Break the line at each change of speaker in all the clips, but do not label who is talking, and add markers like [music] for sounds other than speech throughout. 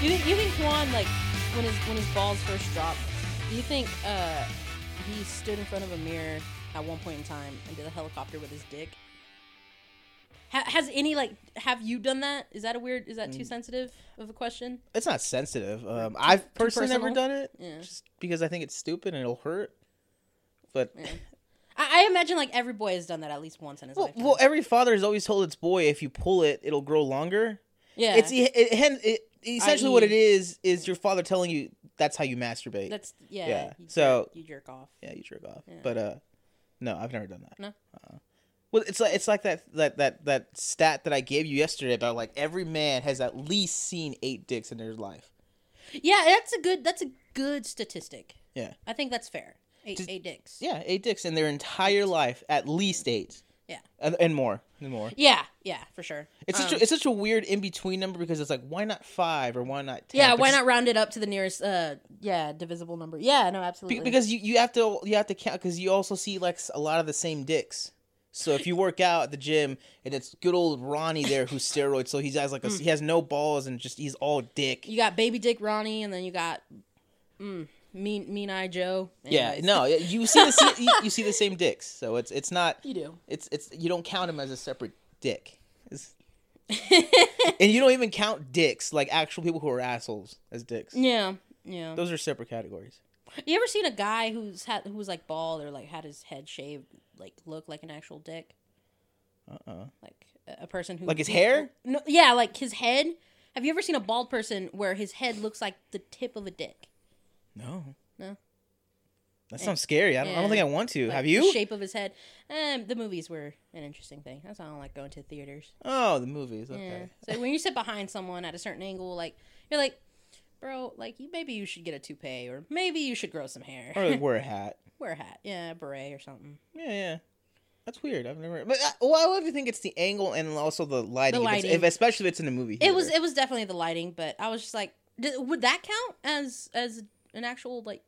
think you think Juan like when his when his balls first dropped? Do you think uh, he stood in front of a mirror at one point in time and did a helicopter with his dick? Ha- has any like have you done that? Is that a weird? Is
Mm.
that too sensitive of a question?
It's not sensitive. Um, I've personally never
personal?
done it
Yeah.
just because I think it's stupid and it'll hurt. But
I, I imagine like every boy has done that at least once in his
well,
life.
well, every father is always told its boy if you pull it, it'll grow longer.
yeah, E.
It's e-, it, it, hen- it, essentially what
I.e.
it is is your father telling you that's how you masturbate.
that's yeah.
yeah,
you jerk-
so-
you jerk off.
yeah, you jerk off.
Yeah.
But uh, no, I've never done that.
No?
Uh-uh. Well, it's like it's like that that that that stat that I gave you yesterday about like every man has at least seen eight dicks in their life.
Yeah, that's a good that's a good statistic.
Yeah.
I think that's fair. Eight,
Does-
eight dicks. Yeah.
Yeah, eight dicks in their entire life, at least eight.
Yeah.
and, and more, and more.
yeah, for sure.
It's such
Um,
a, it's such a weird in between number because it's like why not five or why not ten?
yeah,
But
why
it's-
not round it up to the nearest uh yeah divisible number? Yeah, no,
be-
absolutely.
Because you, you have to you have to count because you also see like s- a lot of the same dicks. So if you work out at the gym and it's good old Ronnie there who's steroid, so he has like a, he has no balls and just he's all dick.
Hmm. you got baby Dick Ronnie, and then you got mm, mean mean eye Joe.
Yeah,
Anyways,
no, you see the see, you, you see the same dicks, so it's it's not
you do.
it's it's you don't count him as a separate dick.
[laughs]
It's- and you don't even count dicks like actual people who are assholes as dicks.
Yeah, yeah.
Those are separate categories.
You ever seen a guy who's had who was like bald or like had his head shaved, like look like an actual dick,
Uh uh
like a- a person who
Like his hair?
No, yeah, like his head. Have you ever seen a bald person where his head looks like the tip of a dick?
No.
No.
That sounds scary. I don't, I
Yeah.
don't think I want to.
Like,
Have
The
you?
shape of his head. Um, the movies were an interesting thing. That's why I don't like going to theaters.
Oh, the movies.
Yeah.
Okay.
So when you sit behind someone at a certain angle, like you're like, bro, like you maybe you should get a toupee or maybe you should grow some hair.
Or like wear a hat.
[laughs] Wear a hat. Yeah, a beret or something.
Yeah, yeah. That's weird. I've never. But uh, well, I love you think it's the angle and also the lighting. if it's-
lighting.
if- especially if it's in a movie.
It was
theater.
it was definitely the lighting, but I was just like, d would that count as as an actual like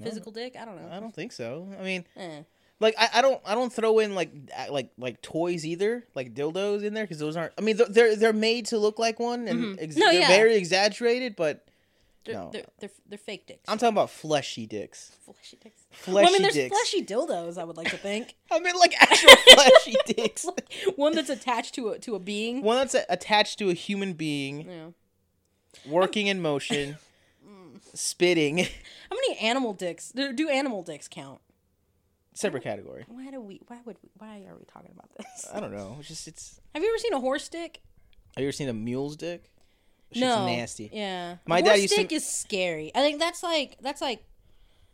I don't
physical dick? I don't know.
know. I don't think so. I mean,
Eh.
like I, I don't I don't throw in like a- like like toys either, like dildos in there because those aren't. I mean, they're- they're they're made to look like one and
Mhm.
ex-
No,
they're
yeah.
very exaggerated. But
They're,
No.
they're, they're they're fake dicks.
I'm talking about fleshy dicks.
fleshy dicks.
Fleshy
well, I mean, there's
dicks.
fleshy dildos. I would like to think [laughs]
[laughs] I mean, like actual fleshy dicks.
one that's attached to a to a being.
One that's a- attached to a human being,
Yeah.
working in motion, spitting. [laughs]
How many animal dicks? Do, do animal dicks count?
Separate category.
Why do we? Why would? We, why are we talking about this?
I don't know. It's just it's.
Have you ever seen a horse dick?
Have you ever seen a mule's dick? Shit's
no.
nasty.
Yeah.
My
horse
dad used to-
dick is scary. I think that's like that's like [laughs]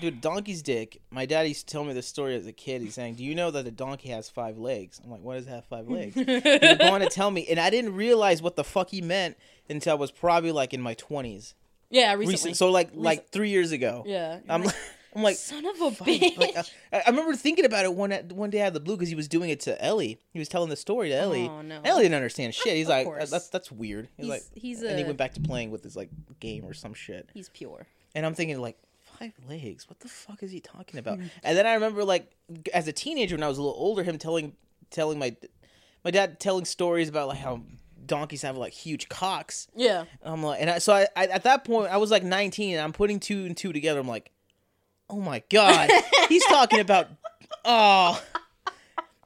Dude, donkey's dick. My dad used to tell me this story as a kid. He's saying, "Do you know that the donkey has five legs?" I'm like, "What does it have five
[laughs]
legs?" he was going to tell me, and I didn't realize what the fuck he meant until I was probably like in my twenties.
yeah recently.
Recent, so like like three years ago.
yeah.
I'm like, I'm [laughs] like,
son of a bitch. [laughs]
fuck, [laughs] like, uh, I, I remember thinking about it one one day out of the blue because he was doing it to Ellie. He was telling the story to Ellie.
Oh, no.
Ellie didn't understand shit. He's
Of
like,
course.
"That's that's weird." He's,
He's-
like,
he's
and he
a-
went back to playing with his like game or some shit.
He's pure.
And I'm thinking like five legs. What the fuck is he talking about?
Hmm.
And then I remember like g- as a teenager when I was a little older, him telling telling my my dad telling stories about like how donkeys have like huge cocks.
Yeah.
And I'm like, and I, so I, I at that point I was like 19, and I'm putting two and two together. I'm like, oh my god, he's
[laughs]
talking about oh.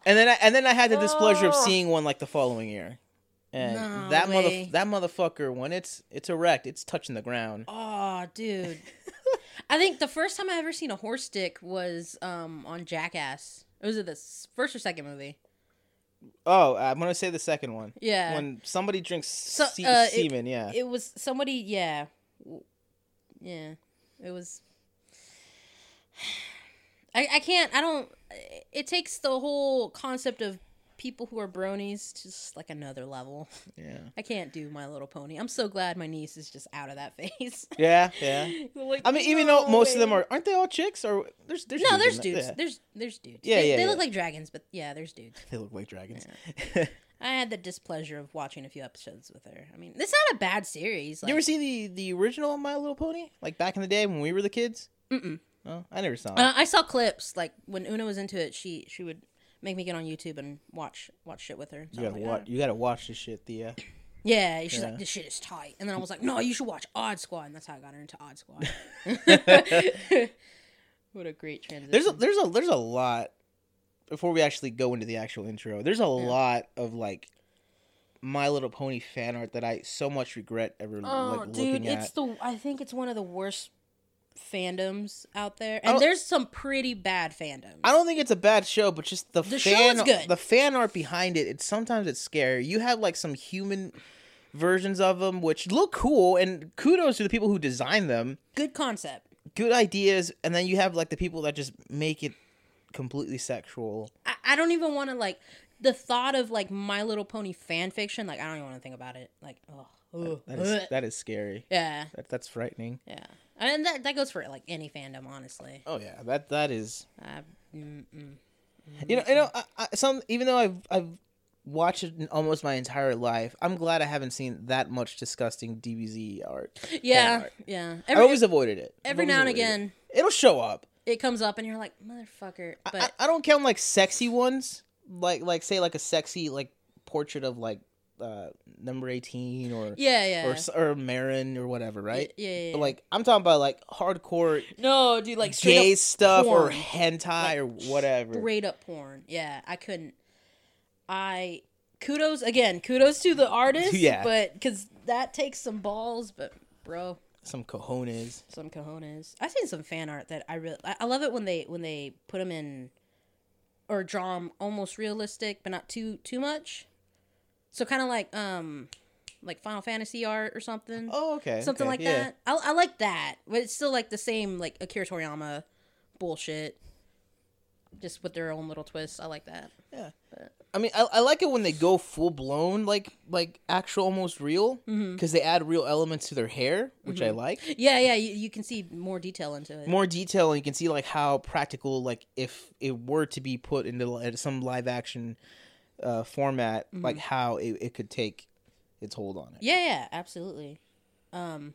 And then I, and then I had the displeasure of
Oh.
seeing one like the following year. And
No
that
way.
mother that motherfucker when it's it's erect, it's touching the ground.
Oh, dude.
[laughs]
I think the first time I ever seen a horse dick was um on Jackass. It was the s- first or second movie.
Oh, I'm gonna say the second one.
Yeah.
When somebody drinks
So,
se-
uh, it-
semen, yeah.
It was somebody, yeah. W- Yeah. It was [sighs] I I can't I don't it takes the whole concept of people who are bronies to just like another level.
yeah.
I can't do my little pony. I'm so glad my niece is just out of that [laughs] phase.
Yeah, yeah.
[laughs] Like,
I mean, even though
no
most of them
way.
are, aren't they all chicks? Or there's, there's
No,
in
there's
that-
dudes.
yeah.
There's there's dudes.
Yeah,
they,
yeah,
They
yeah.
look like dragons, but yeah, there's dudes.
They look like dragons. [laughs]
I had the displeasure of watching a few episodes with her. I mean, it's not a bad series. Like,
you ever see the the original My Little Pony? Like back in the day when we were the kids?
Mm-mm.
Oh, I never saw it.
Uh, I saw clips like when Una was into it. She she would make me get on YouTube and watch watch shit with her. So
you
I'm
gotta
like,
watch.
"Ah."
You gotta watch this shit, Thea.
Yeah, and she's
Yeah.
like, this shit is tight. And then I was like, no, you should watch Odd Squad. And that's how I got her into Odd
[laughs]
Squad. [laughs] what a great transition.
There's a, there's a there's a lot before we actually go into the actual intro. There's a lot of like My Little Pony fan art that I so much regret ever
oh,
like
dude,
looking at.
it's the, I think it's one of the worst fandoms out there.
don't-
And there's some pretty bad fandoms.
Oh. I don't think it's a bad show, but just the,
The show
fan
is good.
the fan art behind it. It's sometimes it's scary. You had like some human versions of them which look cool and kudos to the people who designed them
Good concept.
good ideas and then you have like the people that just make it completely sexual
I, I don't even want to like the thought of like My Little Pony fan fiction. Like I don't even want to think about it. Like oh,
that is that is scary
yeah,
that, that's frightening
yeah, and that that goes for like any fandom, honestly.
oh yeah that that is
Uh, mm-mm.
you know you know I, I, some even though i've i've watched it in almost my entire life i'm glad i haven't seen that much disgusting dbz art
yeah,
art.
yeah.
i
Every
always avoided it I've
every
always
now and
avoided it.
again,
it'll show up
it comes up, and you're like, motherfucker. But
I, I don't count like sexy ones like like say like a sexy like portrait of like uh number 18 or
yeah, yeah,
or s- or marin or whatever
yeah,
right
yeah. yeah.
But like I'm talking about like hardcore
no, dude, like straight
gay
up,
stuff or
porn.
hentai or whatever.
straight up porn. Yeah, I couldn't. I kudos again. Kudos to the artist.
[laughs] Yeah.
but because that takes some balls, but bro.
Some cojones.
some cojones. I've seen some fan art that I really I I love it when they when they put them in or draw them almost realistic but not too too much. So kind of like um like Final Fantasy art or something.
Oh, okay.
something
okay,
like
yeah.
that. I I like that. But it's still like the same like Akira Toriyama bullshit. Just with their own little twists. I like that.
I mean, I, I like it when they go full blown, like like actual, almost real, because
Mm-hmm.
they add real elements to their hair, which I like.
Yeah, yeah, you, you can see more detail into it.
More detail, and you can see like how practical, like if it were to be put into li- some live action uh, format, like
Mm-hmm.
how it, it could take its hold on it.
Yeah, yeah, absolutely. Um,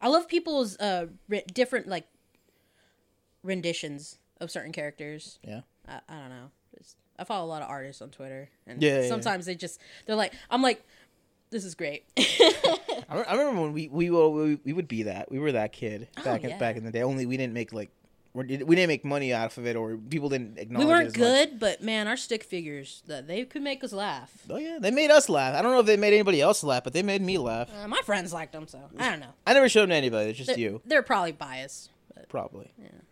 I love people's uh re- different like renditions of certain characters.
Yeah.
I, I don't know. It's- I follow a lot of artists on Twitter, and
Yeah, yeah, yeah.
sometimes they just they're like, I'm like, this is
[laughs]
great. [laughs]
I, re- I remember when we we, were, we we would be that we were that kid back in
Oh, yeah.
back in the day. Only we didn't make like we didn't we didn't make money out of it, or people didn't acknowledge.
we
Oh, it
weren't
as much.
good, but man, our stick figures that they could make us laugh.
Oh yeah, they made us laugh. I don't know if they made anybody else laugh, but they made me laugh.
Uh, my friends liked them, so I don't know.
I never showed them to anybody. It's just
They're,
[laughs] you,
they're probably biased. But
probably.
never,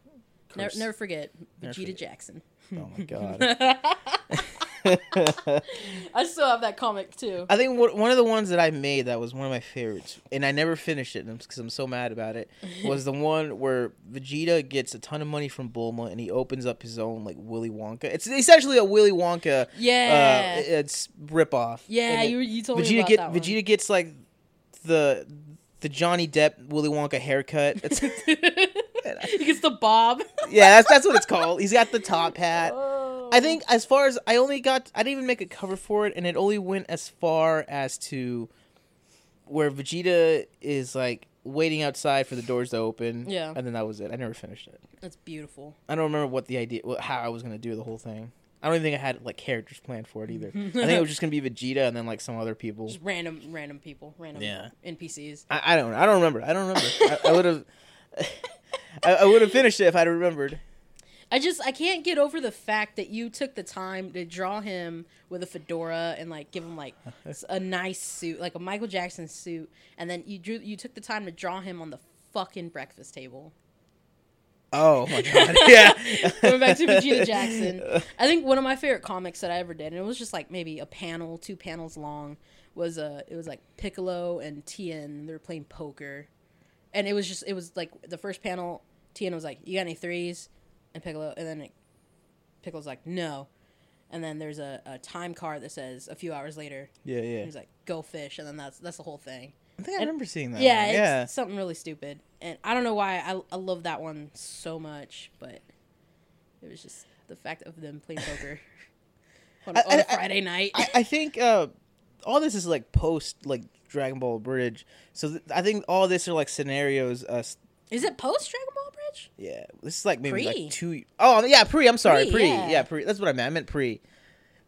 Curse.
never forget
Never
Vegeta
forget. [laughs]
Jackson. [laughs]
Oh my god.
I still have that comic too.
I think one- one of the ones that I made that was one of my favorites, and I never finished it because I'm so mad
[laughs]
about it, was the one where Vegeta gets a ton of money from Bulma and he opens up his own like Willy Wonka. It's essentially a Willy Wonka.
Yeah.
Uh, it's ripoff.
Eh. Yeah,
And it-
you, you told me
Vegeta
about
get
that one.
Vegeta gets like the the Johnny Depp Willy Wonka
[laughs]
haircut. It's, [laughs]
he gets the bob.
yeah, that's that's what it's called. He's got the top hat.
Oh.
I think as far as I only got, I didn't even make a cover for it, and it only went as far as to where Vegeta is like waiting outside for the doors to open.
Yeah.
and then that was it. I never finished it.
That's beautiful.
I don't remember what the idea, what, how I was gonna do the whole thing. I don't even think I had like characters planned for it either. I think
[laughs]
it was just gonna be Vegeta and then like some other people.
Just random, random people, random
Yeah.
NPCs.
I, I don't. I don't remember. I don't remember. I, I would have. I, I would have finished it if I'd remembered.
I just I can't get over the fact that you took the time to draw him with a fedora and like give him
[laughs]
like s- a nice suit, like a Michael Jackson suit, and then you drew you took the time to draw him on the fucking breakfast table.
Oh my god! [laughs] Yeah.
Going back to Vegeta Jackson, I think one of my favorite comics that I ever did, and it was just like maybe a panel, two panels long, was uh it was like Piccolo and Tien. They were playing poker, and it was just it was like the first panel. Tien was like, "You got any threes? And Piccolo, and then it, Piccolo's like, "No," and then there's a, a time card that says a few hours later.
Yeah, yeah.
And he's like, "Go fish," and then that's that's the whole thing.
I think I remember seeing that.
Yeah,
one.
it's
yeah.
something really stupid. And I don't know why I, I love that one so much, but it was just the fact of them playing
[laughs]
poker on, a-
I-
on a
I-
Friday night.
I, I think uh, all this is like post like Dragon Ball Bridge. So th- I think all this are like scenarios. Uh, s-
Is it post Dragon Ball Bridge?
yeah, this is like maybe
Pre.
like two oh yeah, pre. I'm sorry,
Pre,
pre.
yeah.
Yeah. pre. That's what I meant. I meant pre.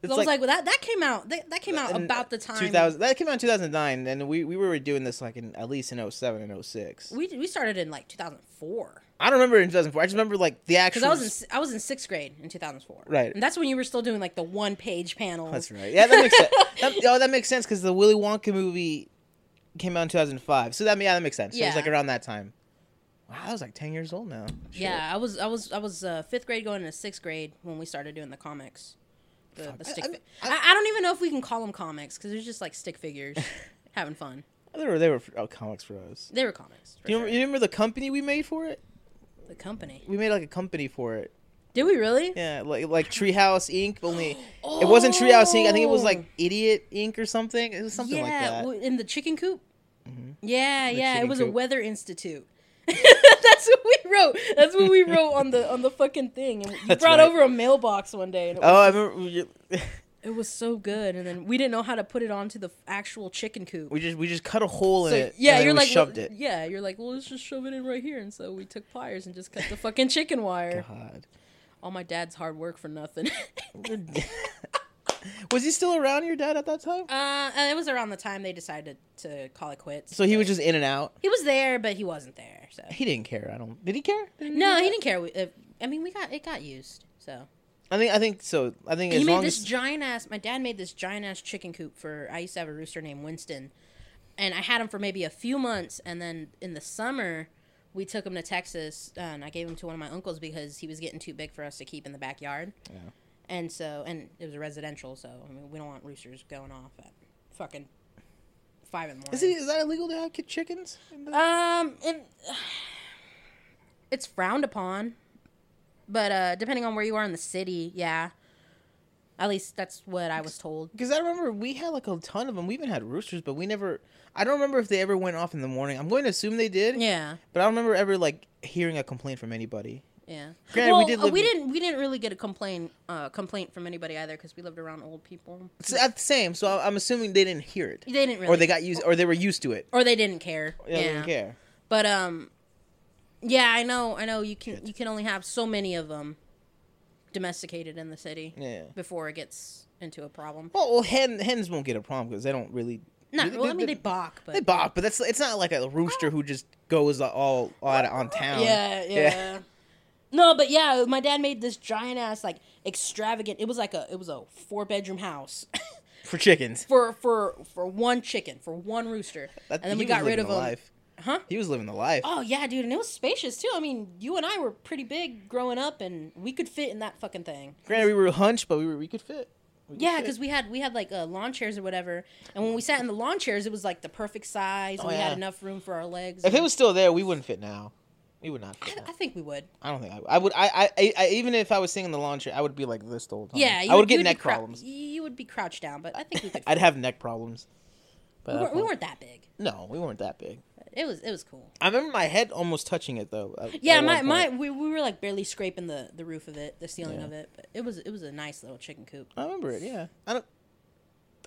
I was like, well, that, that came out that, that came out
in uh,
about the time
2000 that came out in 2009 and we, we were doing this like in at least in 07 and 06
we we started in like 2004
i don't remember in 2004 i just remember like the actual
because I was in s- I was in sixth grade in 2004
Right.
and that's when you were still doing like the one page panels
that's right yeah that makes
[laughs]
sense that, oh that makes sense because the willy wonka movie came out in 2005 so that yeah that makes sense so it was
Yeah.
like around that time wow i was like 10 years old now Shit.
yeah I was I was I was uh, fifth grade going into sixth grade when we started doing the comics the, the stick
I-
I, I, I don't even know if we can call them comics because they're just like stick
[laughs]
figures having fun
they were, they were oh, comics for us
they were comics for
do you, remember,
sure.
you remember the company we made for it
the company
we made like a company for it
did we really
Yeah, like like Treehouse Inc.
[gasps]
Only it wasn't Treehouse Inc. I think it was
Oh.
like Idiot Inc. or something. It was something like that. Mm-hmm.
w- in the chicken coop. Yeah,
The
yeah, it
chicken
was a
coop.
weather institute. [laughs] That's what we wrote. That's what we wrote on the on the fucking thing. And you
That's
brought
right.
over a mailbox one day, and it was,
oh, I remember. We ju- [laughs]
it was so good. And then we didn't know how to put it onto the actual chicken coop.
we just we just cut a hole in
So,
it.
yeah,
and then
you're
we
like
shoved
well,
it.
Yeah, you're like, well, let's just shove it in right here. And so we took pliers and just cut the fucking chicken wire.
God.
All my dad's hard work for
[laughs]
nothing. [laughs]
was he still around your dad at that time?
uh, and it was around the time they decided to call it quits.
So he was just in and out.
he was there, but he wasn't there. So
He didn't care. I don't. Did he care? Did
No, he didn't care. We, uh, I mean, we got it got used. So
I think I think so. I think
he
as
made
long
this
as
giant ass. My dad made this giant ass chicken coop for. I used to have a rooster named Winston, and I had him for maybe a few months, and then in the summer. We took him to Texas, uh, and I gave him to one of my uncles because he was getting too big for us to keep in the backyard.
Yeah.
And so, and it was a residential, so I mean, we don't want roosters going off at fucking five in the morning.
is, he, is that illegal to have ki- chickens?
Um, it, it's frowned upon, but uh, depending on where you are in the city, yeah. At least that's what I was told.
Because I remember we had like a ton of them. We even had roosters, but we never. I don't remember if they ever went off in the morning. I'm going to assume they did.
Yeah,
But I don't remember ever like hearing a complaint from anybody.
yeah.
Granted, we
well,
did
uh,
live
we
in-
didn't we didn't really get a complaint uh, complaint from anybody either because we lived around old people.
It's at the same, so I'm assuming they didn't hear it,
They didn't really,
or they got used, or they were used to it.
or they didn't care.
Yeah, they didn't care.
But um, yeah, I know, I know. You can you can only have so many of them domesticated in the city
Yeah.
before it gets into a problem.
Well, well hen, hens won't get a problem because they don't really.
No,
they-
well, I mean
they,
they balk, but
they bark, but that's it's not like a rooster who just goes all, all out on town.
Yeah, yeah. No, but yeah, my dad made this giant ass like extravagant. It was like a it was a four bedroom house [laughs]
For chickens,
for for for one chicken for one rooster,
That-
and then
he
we got
was
rid
living
of
the
him.
Life.
Huh?
He was living the life.
Oh yeah, dude, and it was spacious too. I mean, you and I were pretty big growing up, and we could fit in that fucking thing.
Granted, we were hunched, but we were, we could fit. We could
Yeah,
fit.
because we had we had like uh, lawn chairs or whatever, and when we sat in the lawn chairs, it was like the perfect size, and
Oh,
we
yeah.
had enough room for our legs.
if it was still there, we wouldn't fit now. We would not. Fit
I,
now.
I think we would.
I don't think I, I would. I, I, I, I even if I was singing the lawn chair, I would be like this the whole time.
Yeah,
Oh, I would get
you'd be
neck
crou-
problems.
You would be crouched down, but I think we could.
[laughs] I'd have neck problems. But
we,
I
weren't, we
don't-
weren't that big.
No, we weren't that big.
It was it was cool.
I remember my head almost touching it though. at-
Yeah,
at
my,
one
my
point.
we, we were like barely scraping the, the roof of it, the ceiling
Yeah.
of it. But it was it was a nice little chicken coop.
I remember it. Yeah, I don't.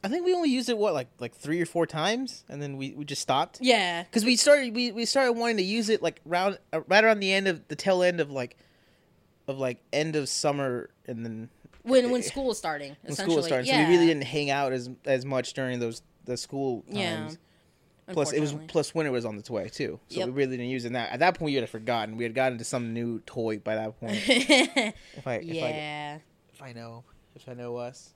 I think we only used it what like like three or four times, and then we, we just stopped
Yeah.
because we started we, we started wanting to use it like round uh, right around the end of the tail end of like of like end of summer and then
When
[laughs]
when school was starting,
when
essentially.
school was starting.
Yeah.
So we really didn't hang out as as much during those the school
Yeah,
times. plus it was
unfortunately. [laughs]
plus winter was on the toy too, so
Yep.
we really didn't use it. Now at that point, we had forgotten. We had gotten to some new toy by that point. if I if I
yeah.
if I know, if I know us.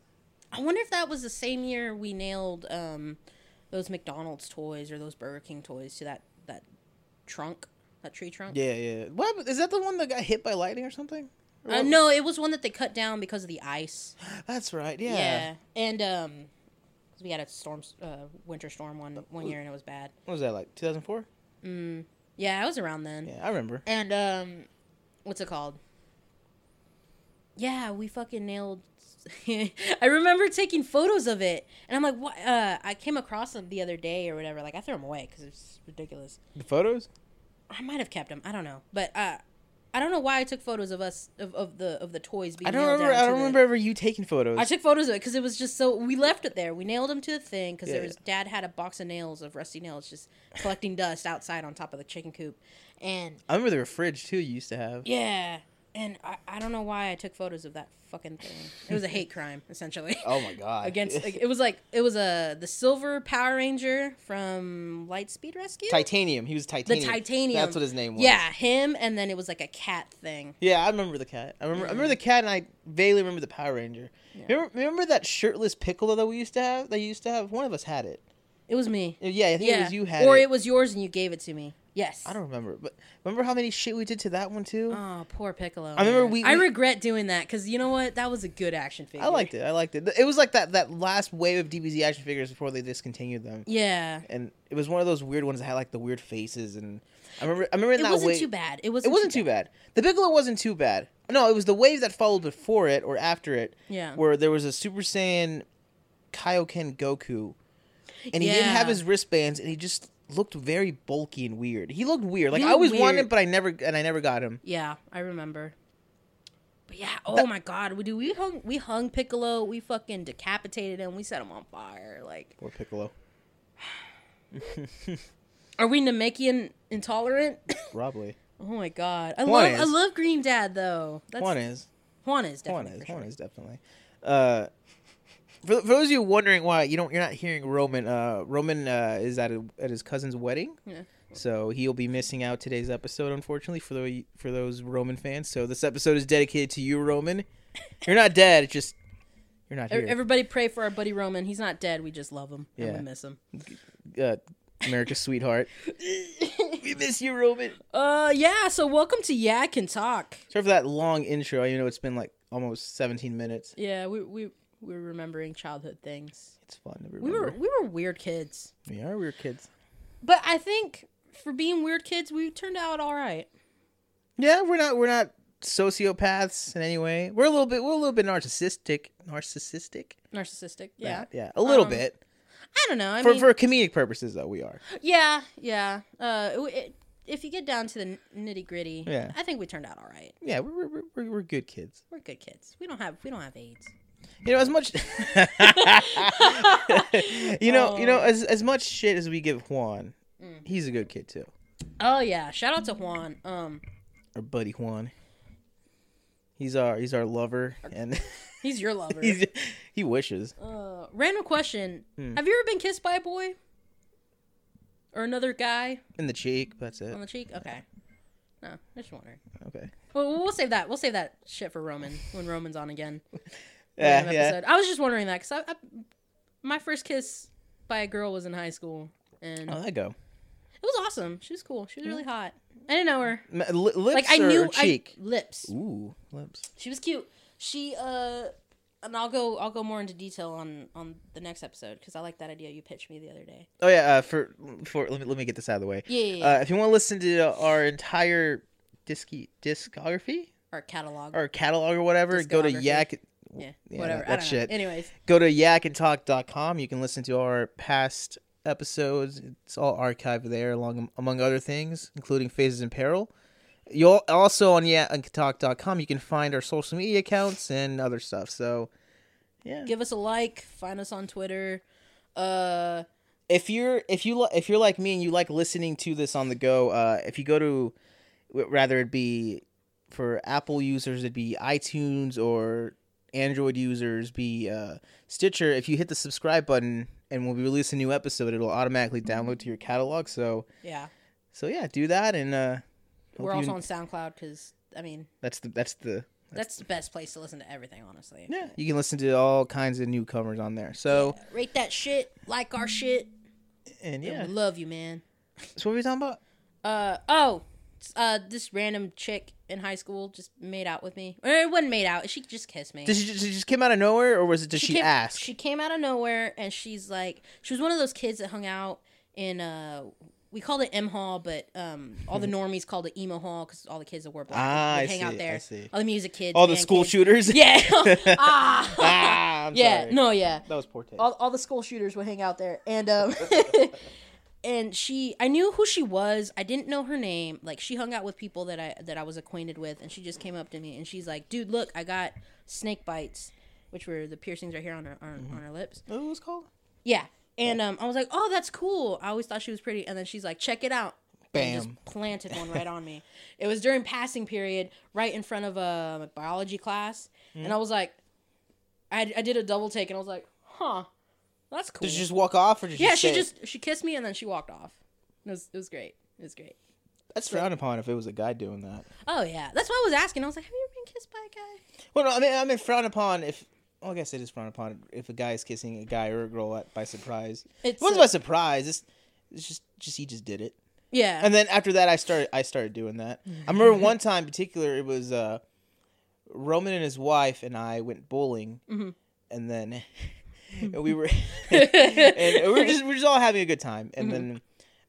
I wonder if that was the same year we nailed um those McDonald's toys or those Burger King toys to that that trunk, that tree trunk.
Yeah, yeah. What happened- is that? The one that got hit by lightning or something? Or
Uh,
what-
no, it was one that they cut down because of the ice.
that's right. Yeah.
Yeah. And um 'cause we had a storm uh, winter storm one one year and it was bad.
What was that like? 2004?
Yeah, I was around then.
Yeah, I remember.
And um, what's it called? Yeah, we fucking nailed. [laughs] I remember taking photos of it, and I'm like, what? Uh, I came across them the other day or whatever. Like I threw them away because it's ridiculous.
The photos?
I might have kept them. I don't know, but uh, I don't know why I took photos of us of, of the of the toys being.
I don't
nailed
remember.
down
I
to
don't
the-
remember ever you taking photos.
I took photos of it because it was just so. We left it there. We nailed them to the thing because there
Yeah.
was dad had a box of nails of rusty nails just collecting dust outside on top of the chicken coop, and
I remember the fridge too. You used to have.
yeah. And I, I don't know why I took photos of that fucking thing. It was a hate crime, essentially.
[laughs] Oh
[laughs]
my god.
Against
[laughs]
like, it was like it was a the silver Power Ranger from Lightspeed Rescue.
Titanium. He was
the
titanium.
titanium.
That's what his name was.
Yeah, him, and then it was like a cat thing.
Yeah, I remember the cat. I remember, I remember the cat, and I vaguely remember the Power Ranger. Remember, remember that shirtless piccolo that we used to have? That you used to have. One of us had it.
It was me.
Yeah, I think
yeah,
it was you had
or
it.
it was yours and you gave it to me. Yes.
I don't remember, but remember how many shit we did to that one too?
Oh, poor Piccolo.
I remember
man.
we-
I
we-
regret doing that because you know what? That was a good action figure.
I liked it. I liked it. It was like that that last wave of DBZ action figures before they discontinued them,
Yeah.
and it was one of those weird ones that had like the weird faces. And I remember, I remember in
It
that
wasn't
wave,
too bad. It
It
wasn't.
wasn't too bad. The Bigelow wasn't too bad. No, it was the wave that followed before it or after it,
Yeah.
where there was a Super Saiyan Kaioken Goku, and he didn't have
Yeah.
his wristbands, and he just looked very bulky and weird. He looked weird. Like I
looked
always wanted, him,
weird.
but I never and I never got him.
Yeah, I remember. But yeah, oh my god, we do we hung we hung Piccolo, we fucking decapitated him, we set him on fire. Like,
Or Piccolo,
are we Namekian intolerant? [coughs]
probably.
oh my god, I
Juan
love I
is.
love Green Dad though. That's,
One is.
Juan is
Juan
definitely.
is.
for sure.
Juan is definitely. Uh, for, for those of you wondering why you don't, you're not hearing Roman. Uh, Roman uh, is at a, at his cousin's wedding,
Yeah.
so he'll be missing out today's episode, unfortunately, for the for those Roman fans. So this episode is dedicated to you, Roman. You're not dead. It's just you're not
Ev-
here.
Everybody pray for our buddy Roman. He's not dead. We just love him and
Yeah.
we miss him.
uh,
[laughs]
America's sweetheart. we miss you, Roman.
Uh, yeah. So welcome to Yeah I Can Talk.
Sorry for that long intro. You know it's been like almost 17 minutes.
Yeah, we we we're remembering childhood things.
It's fun to
We were
remember.
we were weird kids,
We were, yeah, we were kids.
but I think for being weird kids, we turned out all right.
Yeah, we're not we're not sociopaths in any way. We're a little bit we're a little bit narcissistic, narcissistic.
narcissistic. Yeah,
yeah, a little
Um,
bit
I don't know. I
for
mean,
for comedic purposes though. We are.
yeah, yeah. Uh, it- it- if you get down to the nitty gritty,
Yeah.
I think we turned out all right.
Yeah, we're we're, we're, we're good kids.
We're good kids. We don't have we don't have AIDS.
You know as much. [laughs] you know you
Oh.
know as as much shit as we give Juan,
Mm.
he's a good kid too.
Oh yeah, shout out to Juan. Um,
Our buddy Juan. He's our he's our lover
[laughs]
and
he's your lover.
[laughs] he's, Hmm. he wishes.
uh, random question: Have you ever been kissed by a boy or another guy
In the cheek, that's it.
on the cheek? Okay, no, just wondering.
Okay.
Well, we'll save that. We'll save that shit for Roman when Roman's on
[laughs]
again.
Yeah,
random
yeah.
episode. I was just wondering that because I, I, my first kiss by a girl was in high school, and
How'd that Oh, go?
it was awesome. She was cool. She was really hot. I didn't know her.
Ma- li- Lips
Like I
or,
knew
or cheek?
I, lips.
Ooh, lips.
She was cute. She uh, and I'll go. I'll go more into detail on on the next episode because I like that idea you pitched me the other day.
Oh yeah, uh, for for let me let me get this out of the way.
Yeah, yeah, yeah.
Uh, if you want to listen to our entire disky discography
Our catalog.
or catalog or whatever, go to
Discography.
yak
yeah,
yeah,
whatever. I
that
don't know.
shit.
Anyways,
go to yakandtalk.com. You can listen to our past episodes. It's all archived there, along among other things, including Phases in Peril. You'll also on yakandtalk.com. You can find our social media accounts and other stuff. So
give us a like. Find us on Twitter. Uh,
if you're if you li- if you're like me and you like listening to this on the go, uh, if you go to w- rather it be for Apple users, it'd be iTunes or Android users, be uh, Stitcher. If you hit the subscribe button and when we release a new episode, it'll automatically download to your catalog. So
yeah,
so yeah, do that and uh, hope
we're
you-
also on SoundCloud because I mean
that's the that's the
that's the best place to listen to everything. Honestly,
yeah you can listen to all kinds of newcomers on there. So
rate that shit. Like our shit.
and
Yeah.
yeah,
We love you, man.
so what were we talking about?
uh oh uh this random chick in high school just made out with me or it wasn't made out she just kissed me
Did she just, she just came out of nowhere or was it did she,
came,
ask?
she came out of nowhere and she's like she was one of those kids that hung out in uh we called it M Hall, but um, all the normies called it emo hall because all the kids that were black
Hmm. Ah,
would
I
hang out
see,
there.
I see.
All the music kids,
all the
band
school
kids. [laughs]
shooters.
Yeah, ah,
[laughs] ah,
[laughs]
I'm
yeah,
sorry.
no, yeah.
That was poor taste.
all, all the school shooters would hang out there and um [laughs] and she i knew who she was i didn't know her name like she hung out with people that i that i was acquainted with and she just came up to me and she's like dude look i got snake bites which were the piercings right here on her on, on her lips
what was it called?
yeah and um i was like oh that's cool i always thought she was pretty and then she's like check it out and
Bam.
just planted one right on
[laughs]
me. It was during passing period, right in front of um, a biology class,
Mm-hmm.
and I was like, I, I did a double take, and I was like, huh, that's cool.
Did she just walk off, or did
yeah, she
she stay?
just she kissed me and then she walked off. It was it was great. It was great.
That's frowned upon if it was a guy doing that.
Oh yeah, that's what I was asking. I was like, have you ever been kissed by a guy?
Well, no, I mean, I mean, frowned upon if. Well, I guess it is frowned upon if a guy is kissing a guy or a girl at, by surprise.
It's
it wasn't
a-
by surprise. It's, it's just, just he just did it.
Yeah.
And then after that, I started, I started doing that.
Mm-hmm.
I remember one time in particular, it was uh, Roman and his wife and I went bowling,
Mm-hmm.
and
[laughs]
then [laughs] and we were, [laughs] and we were just, we were just all having a good time. And
Mm-hmm.
then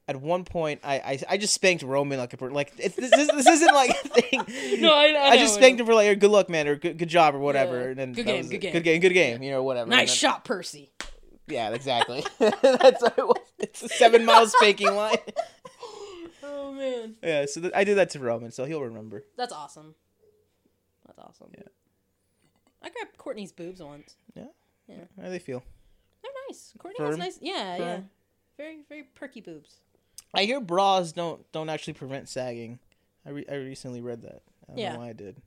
at one point, I, I, I just spanked Roman like a per- like it's, this, this, this isn't like a thing.
[laughs] [laughs] no, I,
I, just spanked him for like, good luck, man, or good, good job, or whatever.
Yeah.
And then
Good
that
game,
was
good
it.
game.
good game, good game, you know, whatever.
Nice
And
shot, Percy.
then- Yeah, exactly. [laughs] That's what it was. It's a seven
[laughs]
mile spanking line.
Oh man,
Yeah, so th- I did that to Roman, so he'll remember.
that's awesome. That's awesome. Yeah. I grabbed Courtney's boobs once.
How do they feel?
They're nice. Courtney has
Firm?
nice. Yeah, yeah.
Firm?
Very very perky boobs.
[laughs] I hear bras don't don't actually prevent sagging. I re- I recently read that. I don't
Yeah.
know why I did.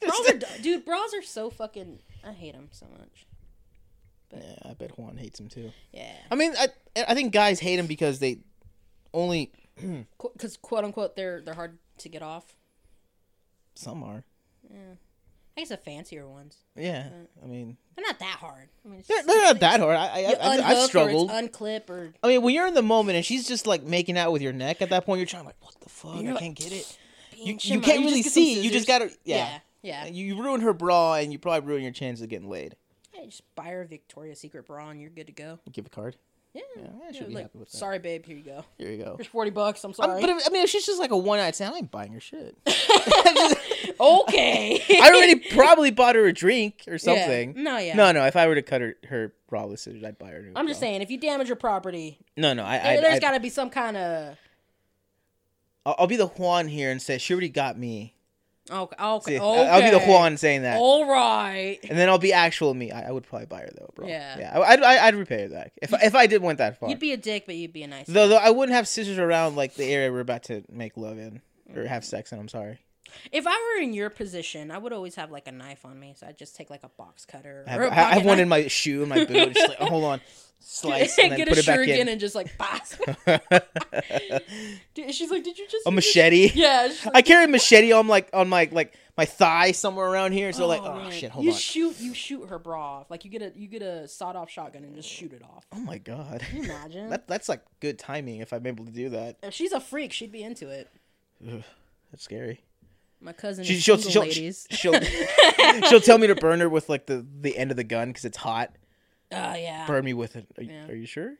Bras are, d- dude, bras are so fucking. I hate them so much.
yeah, I bet Juan hates him too.
Yeah,
I mean, I I think guys hate him because they only
because quote unquote they're they're hard to get off.
some are.
I guess the fancier ones.
Yeah, I mean,
They're not that hard. I mean, it's
they're,
just-
they're not that hard. I, I,
Mm. you
I I've-
unhook or
I've
it's
struggled.
unclip or
I mean, when you're in the moment and she's just like making out with your neck at that point, you're trying like, what the fuck? Oh, I
like,
can't get it. You,
pinch
you
him.
can't
just
really
get some
see. You
scissors.
just gotta yeah.
yeah. yeah.
You you ruin her bra and you probably ruin your chances of getting laid.
Hey, just buy her a Victoria's Secret bra and you're good to go.
Give a card.
Yeah,
I should be happy with that.
Sorry, babe. Here you go.
Here you go.
Here's forty bucks. I'm
I'm-
sorry. [laughs]
but if, I mean, if she's just like a one night stand, I ain't buying her shit.
okay.
I already probably bought her a drink or
Yeah.
something.
No, yeah.
No, no. If I were to cut her her bra list, I'd buy her. A new
I'm just
bra.
saying, if you damage your property,
No, no. I, I,
there
I
has got to be some kind of
I'll, I'll be the Juan here and say she already got me.
okay, okay,
See, I-
oh, okay. Oh.
I'll be the Juan saying that,
All right.
and then I'll be actual me. I, I would probably buy her though, bro.
Yeah.
Yeah. I, I'd, I- I'd repay her that if if I did went that far.
You'd be a dick, but you'd be a nice.
though, though, I wouldn't have scissors around like the area we're about to make love in or
Mm.
have sex in. I'm sorry.
if I were in your position, I would always have like a knife on me, so I'd just take like a box cutter.
I have,
or a
I have
pocket
one
knife.
in my shoe and my boot. Just like, oh,
[laughs]
hold on, slice and then
Get
put
a
it back
shuriken
in.
and just like, bah.
[laughs]
Dude, she's like, did you just
a machete.
Yeah, she's like,
I carry a machete on like on my like my thigh somewhere around here. So like, oh
man.
shit, hold
you
on.
shoot, you shoot her bra off. Like you get a, you get a sawed off shotgun and just shoot it off.
oh my god, [laughs]
Can you imagine?
that that's like good timing if I'm able to do that.
if she's a freak, she'd be into it.
That's scary.
My cousin,
She,
is
she'll
single,
she'll,
ladies.
she'll
[laughs]
she'll tell me to burn her with like the the end of the gun because it's hot.
Oh yeah,
Burn me with it. Are, you-
Yeah.
are you sure?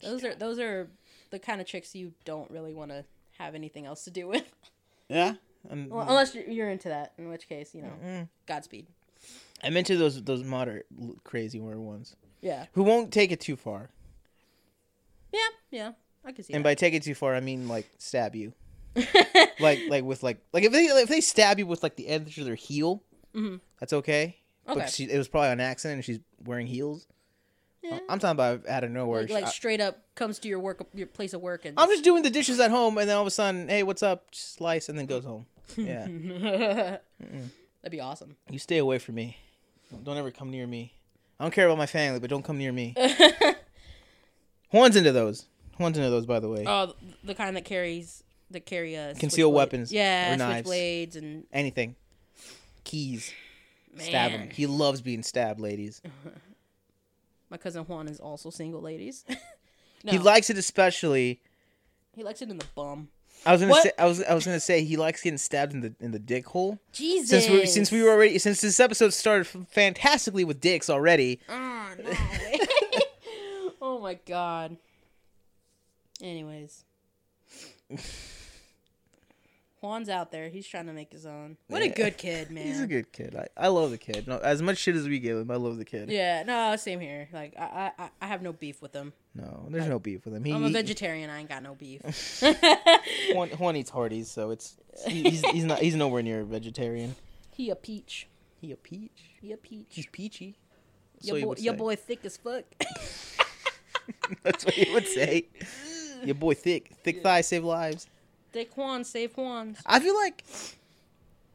those are those are the kind of chicks you don't really want to have anything else to do with, [laughs]
Yeah. I'm,
well, unless you're, you're into that. In which case, you know, Godspeed.
I'm into those those moderate l- crazy weird ones
Yeah,
who won't take it too far.
yeah, yeah. I can see.
And
that.
by take it too far, I mean like
[laughs]
stab you. like like with like like if they if they stab you with like the edge of their heel, that's okay.
Mm-hmm. Okay.
But she, it was probably an accident, and she's wearing heels.
Yeah.
I'm talking about out of nowhere.
like,
she-
like
I,
straight up comes to your work, your place of work, and [laughs]
am just doing the dishes at home, and then all of a sudden, hey, what's up? Just slice, and then
[laughs]
goes home. Yeah,
that'd be awesome.
you stay away from me. Don't, don't ever come near me. I don't care about my family, but don't come
[laughs]
near me. Horns into those. Horns into those, by the way.
Oh, th- the kind that carries that carry uh,
Conceal
switchblade-
weapons
Yeah,
or knives.
switchblades and
Anything. Keys.
man.
Stab him. He loves being stabbed, ladies.
My cousin Juan is also single, ladies. [laughs] no,
He
he,
likes it especially.
likes it in the bum.
I was gonna
What?
say. I was. I was gonna say he likes getting stabbed in the in the dick hole.
Jesus.
Since we since we were already since this episode started f- fantastically with dicks already.
Ah,
[laughs]
no. [laughs] oh my god. Anyways, Juan's out there. He's trying to make his own. What a
Yeah.
good kid, man.
[laughs] He's a good kid. I, I love the kid. No, as much shit as we give him, I love the kid.
yeah, no, same here. Like I, I, I- I have no beef with him.
No, there's no beef with him. He,
I'm a
he-
vegetarian. I ain't got no beef.
Juan, Juan eats Hardee's, so it's he- he's, he's not he's nowhere near a vegetarian.
[laughs] he a peach.
[laughs] He a peach.
He a peach.
He's [laughs] peachy. That's
Your
what he
boy, [laughs]
would
your
say.
boy thick as fuck.
[laughs] That's what he would say. Your boy thick, thick thighs save lives.
Dick Juan, save Juan's.
I feel like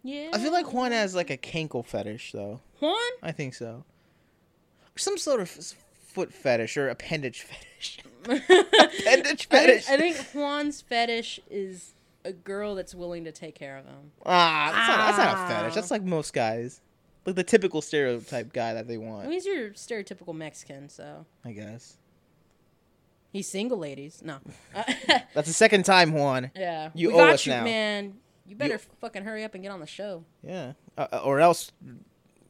Yeah.
I feel like Juan has like a cankle fetish though.
Juan.
I think so. Some sort of f- foot fetish or appendage [laughs] fetish. appendage
I
fetish.
think, I think Juan's fetish is a girl that's willing to take care of him.
ah, that's, Not, that's not
Ah.
a fetish. That's like most guys, like the typical stereotype guy that they
Well,
want.
he's your stereotypical Mexican, so
I guess
he's single, ladies. No. [laughs] Uh,
that's the second time Juan.
yeah.
You
we
owe
got
us
you,
now.
man. You better fucking hurry up and get on the show.
Yeah, uh, uh, or else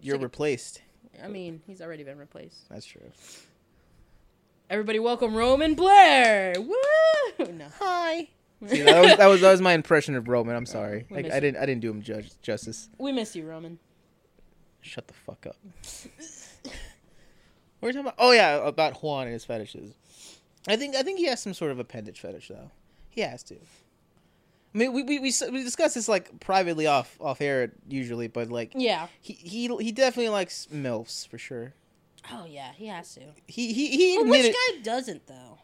you're
Second-
replaced.
I mean, he's already been replaced.
That's true.
Everybody, welcome Roman Blair. Woo! [laughs] No.
Hi. See,
[laughs]
that was that was that was my impression of Roman. I'm sorry.
Oh, we
Like,
miss
I
you.
didn't I didn't do him judge justice.
We miss you, Roman.
Shut the fuck up. What We're talking about oh yeah about Juan and his fetishes. I think I think he has some sort of appendage fetish though. He has to. I mean we we we, s- we discuss this like privately off off air usually, but like
Yeah.
he he he definitely likes milfs for sure.
Oh yeah, he has to.
He he he
But
admitted.
which guy doesn't though?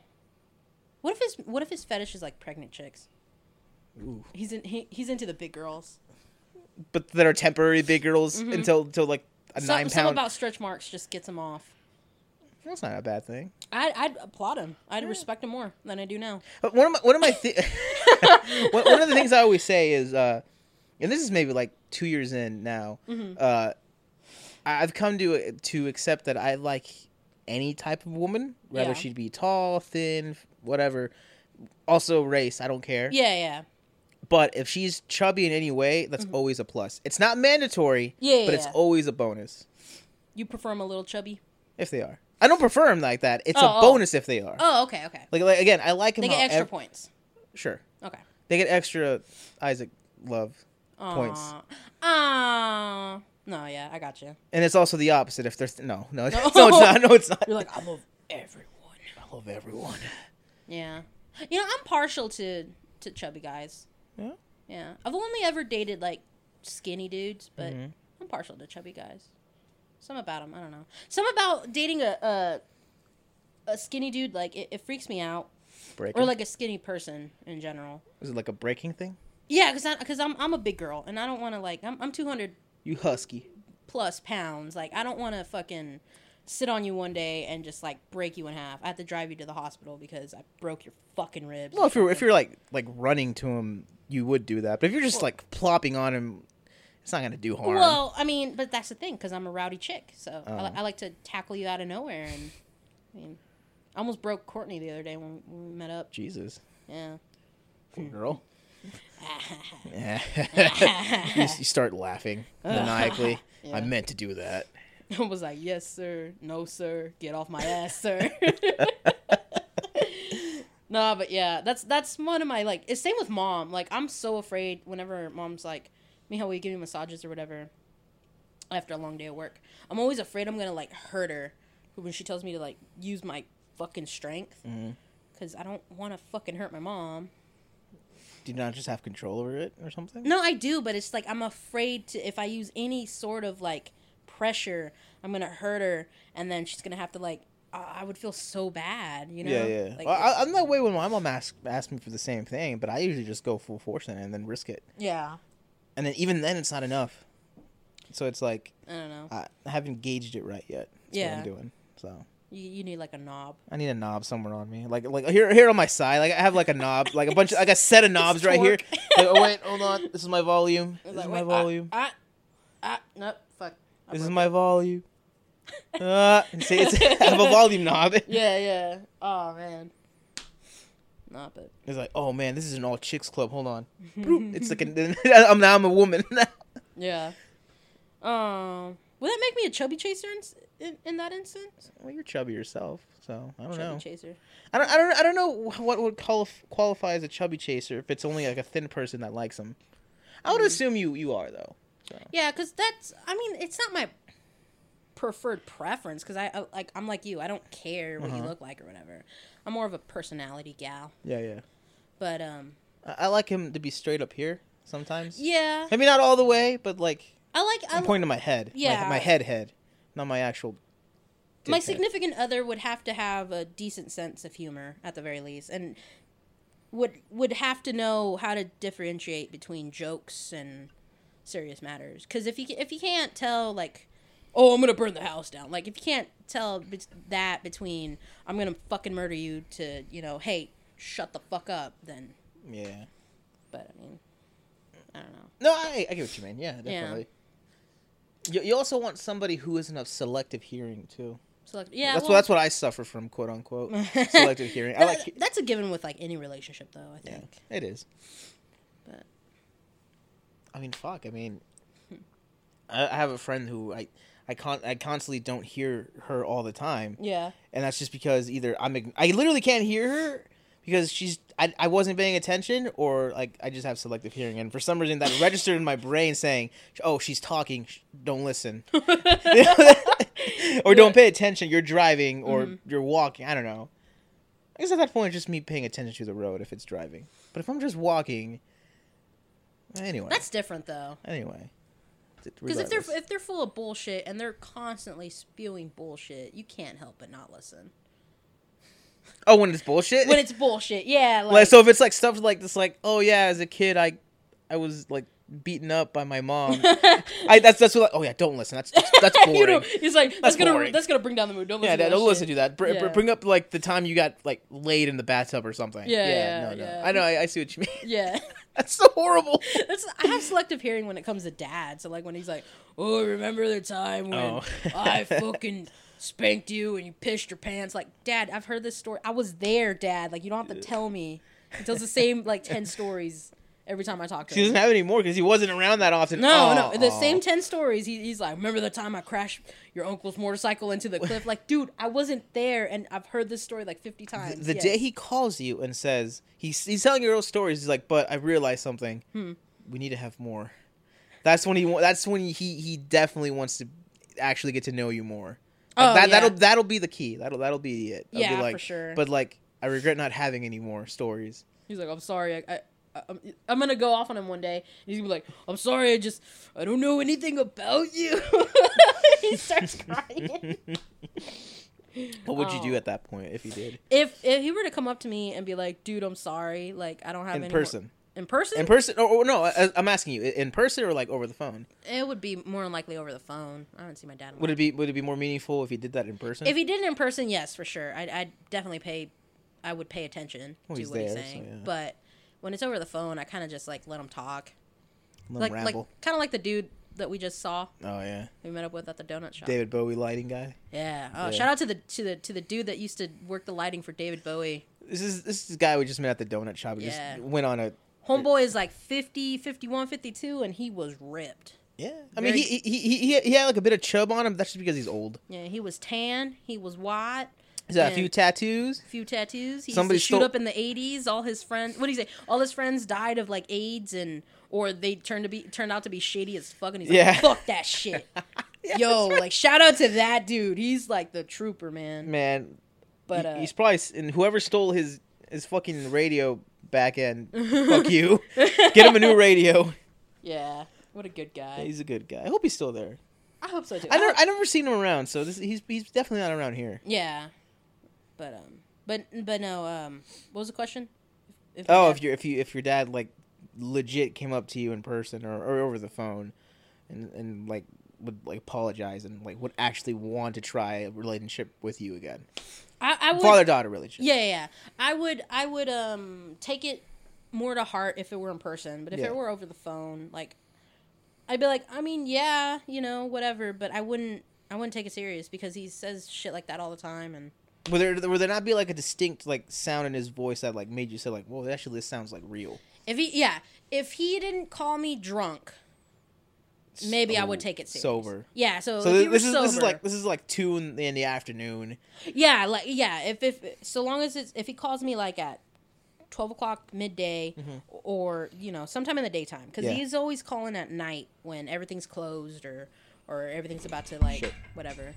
What if his What if his fetish is like pregnant chicks?
Ooh.
He's in, he, he's into the big girls.
but that are temporary big girls until until like a
Some,
nine
some
pound.
Mm-hmm. about stretch marks just gets him off.
That's not a bad thing.
I, I'd applaud him. I'd respect him more than I do
[laughs]
now.
But one of my one of
[laughs]
my [laughs] th- one, one of the things I always say is, uh, and this is maybe like two years in now.
Mm-hmm.
Uh, I- I've come to to accept that I like any type of woman, whether
Yeah.
she'd be tall, thin, whatever. Also, race, I don't care.
Yeah, yeah,
But if she's chubby in any way, that's always a plus. It's not mandatory,
Mm-hmm. Yeah,
but it's
yeah.
always a bonus
you prefer him a little chubby.
if they are. I don't prefer them like that. It's
Oh,
a
oh.
bonus if they are.
Oh, okay, okay.
Like, like again, I like them.
They get extra
however-
points.
Sure,
Okay.
they get extra Isaac love. Points.
Aw. Aw. No, yeah, I got you.
And it's also the opposite. If there's no, no, [laughs] no, it's not. No, it's not.
You're like I love everyone.
I love everyone.
Yeah. You know, I'm partial to to chubby guys.
Yeah.
Yeah. I've only ever dated like skinny dudes, but I'm partial to chubby guys. Some about them, I don't know. Some about dating a a, a skinny dude like it, it freaks me out,
Breaking.
or like a skinny person in general.
is it like a breaking thing?
Yeah, because because I'm I'm a big girl and I don't want to like I'm I'm 200
You husky.
plus pounds. Like I don't want to fucking sit on you one day and just like break you in half. I have to drive you to the hospital because I broke your fucking ribs. or
Well, if you're if
something.
you're like like running to him, you would do that. But if you're just like plopping on him, it's not gonna do harm.
Well, I mean, but that's the thing because I'm a rowdy chick, so I, li- I like to tackle you out of nowhere. And I mean, I almost broke Courtney the other day when when we met up.
Jesus,
Yeah,
poor [laughs] girl. Yeah. you, s- you start
[laughs]
laughing maniacally. I
Yeah.
meant to do that.
[laughs] I was like, "Yes, sir. No, sir. Get off my ass, sir." [laughs] no, but yeah, that's that's one of my like. It's same with mom. Like, I'm so afraid whenever mom's like, "Miha, will you give me massages or whatever?" After a long day at work, I'm always afraid I'm gonna like hurt her when she tells me to like use my fucking strength because I don't want to fucking hurt my mom.
Do you not just have control over it or something?
No, I do, but it's like I'm afraid to if I use any sort of like pressure, I'm gonna hurt her, and then she's gonna have to like. I I would feel so bad, you know.
Yeah, yeah.
Like,
well, I, I'm that way when my mom asked asked me for the same thing, but I usually just go full force in it and then risk it.
yeah.
And then even then, it's not enough. So it's like
I don't know.
I I haven't gauged it right yet. That's what
Yeah.
I'm doing. So
You, you need like a knob.
I need a knob somewhere on me, like like here here on my side. Like I have like a knob, like a bunch, of, like a set
[laughs]
of knobs right here.
torque.
Like, oh wait, hold on. This is my volume. This
Like,
is my
wait, I-
volume.
I, I, nope. Fuck. I
This is
broke [laughs]
my volume. Uh, see, it's, I have a
[laughs]
volume knob.
it. Yeah, yeah. Oh man. Not but
It's like, oh man, this is an all chicks club.
[laughs]
Hold on. Bloop. it's like an, [laughs] I'm now I'm a woman. [laughs]
yeah. Um. Will that make me a chubby chaser in, in, in that instance?
well, you're chubby yourself, so I don't
Chubby
know.
chaser.
I don't, I don't, I don't know wh- what would qualif- qualify as a chubby chaser if it's only like a thin person that likes him. I
Mm.
would assume you, you are though.
Yeah, because that's. I mean, it's not my preferred preference because I, I like. I'm like you. I don't care what you look like or whatever. I'm more of a personality gal.
Yeah, yeah.
But um,
I, I like him to be straight up here sometimes.
yeah,
Maybe not all the way, but like
I like. I
I'm
li-
pointing to my head. My-
Yeah.
my, head head, not my actual. dick
my
head.
significant other would have to have a decent sense of humor at the very least, and would would have to know how to differentiate between jokes and serious matters. Because if you if you can't tell like, oh, I'm gonna burn the house down. Like if you can't tell bet- that between I'm gonna fucking murder you to you know, hey, shut the fuck up. Then,
Yeah.
but I mean, I don't know.
No, I, I get what you mean. Yeah, definitely. You, you also want somebody who isn't of selective hearing too.
Select- yeah,
that's
well,
what that's what I suffer from, quote unquote,
[laughs]
selective hearing. I like.
that- that's a given with like any relationship though. I
Yeah,
think.
it is.
But-
I mean, fuck. I mean, I, I have a friend who I, I con- I constantly don't hear her all the time, [laughs]
Yeah.
and that's just because either I'm ign- I literally can't hear her because she's I, I wasn't paying attention or like I just have selective hearing and for some reason that registered in my brain saying oh she's talking sh- don't listen [laughs] or don't pay attention you're driving or
Mm-hmm.
you're walking I don't know I guess at that point it's just me paying attention to the road if it's driving but if I'm just walking anyway
That's different though.
anyway
Because if
regardless.
they're if they're full of bullshit and they're constantly spewing bullshit, you can't help but not
[laughs]
listen.
oh when it's bullshit
When it's bullshit, yeah, like,
like so if it's like stuff like this like oh yeah as a kid i i was like beaten up by
[laughs]
my mom i that's that's what oh yeah don't listen that's that's, that's boring
you know, he's like that's, gonna
boring.
that's gonna bring down the mood. Don't
yeah
listen. to
Dad,
that
don't listen
shit.
to that Br- br-
Yeah.
bring up like the time you got like laid in the bathtub or something
Yeah,
yeah
yeah,
no no
yeah.
i know I, I see what you mean
Yeah, [laughs]
[laughs] that's so horrible
that's, I have selective hearing when it comes to dad. So like when he's like, "Oh, remember the time when
Oh.
[laughs]
[laughs]
I fucking spanked you and you pissed your pants?" Like, Dad, I've heard this story. I was there, Dad. Like, you don't have to tell me. He tells the same like ten stories every time I talk to
she
him.
doesn't have any more because he wasn't around that often
No,
Aw,
no. The
aw.
same 10 stories. He, he's like, Remember the time I crashed your uncle's motorcycle into the cliff? Like, dude, I wasn't there and I've heard this story like 50 times.
the
yes.
day he calls you and says he's he's telling you real stories he's like but i realized something
Hmm.
we need to have more that's when he wa- that's when he he definitely wants to actually get to know you more Like,
Oh,
that
yeah.
that'll that'll be the key that'll that'll be it I'll be
Yeah, for
like,
sure.
but like i regret not having any more stories
He's like, I'm sorry. I, I, I, I'm, I'm going to go off on him one day. And he's going to be like, I'm sorry. I just, I don't know anything about you. [laughs] he starts
[laughs]
crying.
what would you do
Oh.
at that point if you did
if if he were to come up to me and be like, Dude, I'm sorry. Like, I don't have
in
any. more-
person
In person?
in person or, or no I, i'm asking you in person or like over the phone
it would be more than likely over the phone. I haven't seen my dad. in a
would it be would it be more meaningful if you did that in person
If he did it in person, yes, for sure. I'd, I'd definitely pay. I would pay attention
Well,
to
he's
what he's
there, so,
saying.
yeah.
But when it's over the phone, I kind of just like let him talk,
Let 'em
like like
ramble.
kind of like the dude that we just saw
oh yeah
we met up with at the donut shop.
david bowie lighting guy
Yeah. Oh,
Yeah.
shout out to the to the to the dude that used to work the lighting for David Bowie.
This is this is the guy we just met at the donut shop. We
Yeah.
just went on a
Homeboy is like 50, 51, 52, and he was ripped.
yeah. I mean,
Very-
he, he he he he had like a bit of chub on him. That's just because he's old.
Yeah, he was tan. He was white.
He's got a
Yeah.
few tattoos.
few tattoos. He
Somebody
used to shoot
stole-
up in the eighties. All his friends, what do you say? All his friends died of like AIDS and or they turned to be turned out to be shady as fuck. And he's
Yeah. [laughs]
like, fuck that shit. Yo, like shout out to that dude. He's like the trooper, man.
Man,
But
he-
uh,
he's probably s- and whoever stole his his fucking radio
[laughs]
back end. fuck you. Get him a new radio.
yeah, what a good guy.
He's a good guy. I hope he's still there.
I hope so too.
I never I never seen him around. So this he's he's definitely not around here.
yeah, but um, but but no. Um, what was the question? If
Oh, if
dad-
you if you if your dad like legit came up to you in person or, or over the phone, and and like would like apologize and like would actually want to try a relationship with you again,
I, I would,
father daughter relationship.
Yeah, yeah, yeah. I would I would um take it more to heart if it were in person, but if
Yeah.
it were over the phone, like I'd be like, I mean, yeah, you know, whatever, but I wouldn't I wouldn't take it serious because he says shit like that all the time and
Would there would there not be like a distinct like sound in his voice that like made you say like, well, actually this sounds like real.
if he yeah, if he didn't call me drunk, maybe I would
So-
take it serious.
sober.
Yeah, so,
So
if he
thi- this
were
is
sober,
this is like this is like two in the, in the afternoon.
Yeah, like yeah. If if so long as it's if he calls me like at twelve o'clock midday or you know sometime in the daytime because
Mm-hmm. Yeah.
he's always calling at night when everything's closed or or everything's about to like
Shit.
whatever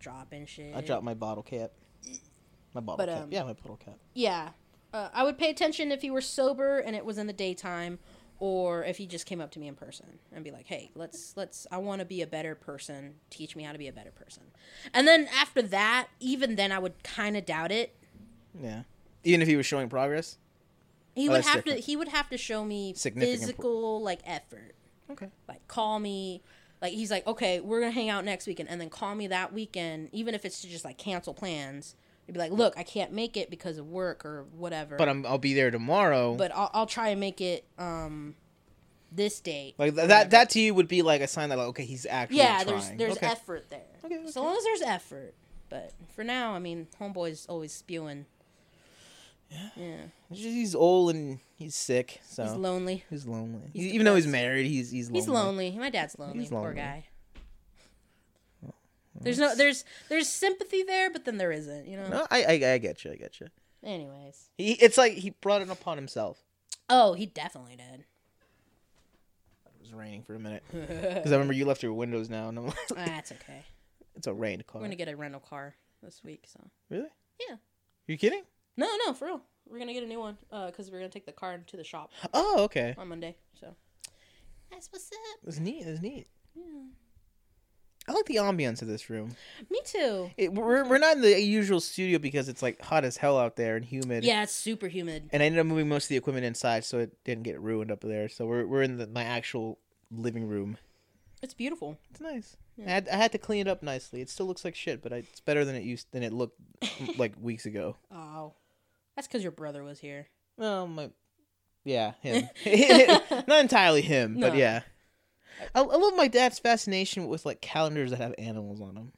drop and shit.
I dropped my bottle cap. My bottle
But,
cap.
um,
yeah, my bottle cap.
Yeah, uh, I would pay attention if he were sober and it was in the daytime. Or if he just came up to me in person and be like, "Hey, let's let's I want to be a better person. Teach me how to be a better person." And then after that, even then, I would kind of doubt it
Yeah. Even if he was showing progress.
He
Oh,
would
that's
have
different.
to. He would have to show me
Significant pro-
physical like effort.
Okay.
Like call me. Like he's like, okay, we're gonna hang out next weekend, and then call me that weekend, even if it's to just like cancel plans. He'd be like, look, I can't make it because of work or whatever.
But um, I'm, I'll be there tomorrow.
but I'll, I'll try and make it um this date.
like th- that, that to you would be like a sign that like okay, he's actually
yeah,
trying.
there's there's
okay.
effort there.
Okay,
So long as there's effort. But for now, I mean, homeboy's always spewing. Yeah.
He's just- he's old and he's sick, so
He's lonely.
he's lonely.
He's
He's- even though he's
depressed.
married, he's he's lonely.
He's lonely. My dad's lonely.
He's
Poor
lonely.
guy. There's no there's there's sympathy there, but then there isn't. You know.
No, I, I I get you. I get you.
Anyways.
He it's like he brought it upon himself.
Oh, he definitely did.
It was raining for
[laughs]
a minute because I remember you left your windows now, and I'm like,
Ah, That's okay.
[laughs] it's a rain
We're
car.
gonna get a rental car this week. So
Really?
Yeah.
You kidding? no.
no, no, for real. We're gonna get a new one because we're gonna take the car to the
[gasps]
shop
Oh, okay.
on Monday. So that's what's up.
It's neat. It's neat. I like the ambience of this room.
Me too.
It, we're, we're not in the usual studio because it's like hot as hell out there and humid.
Yeah, it's super humid.
And I ended up moving most of the equipment inside, so it didn't get ruined up there. So we're we're in the, my actual living room.
It's beautiful.
It's nice. I, had, I had to clean it up nicely. It still looks like shit, but I, it's better than it used than
[laughs]
it looked like weeks ago.
Oh, that's because your brother was here. Oh,
Well, my, yeah,
[laughs]
him. [laughs] Not entirely him, but
No.
yeah. I, I love my dad's fascination with like calendars that have animals on them.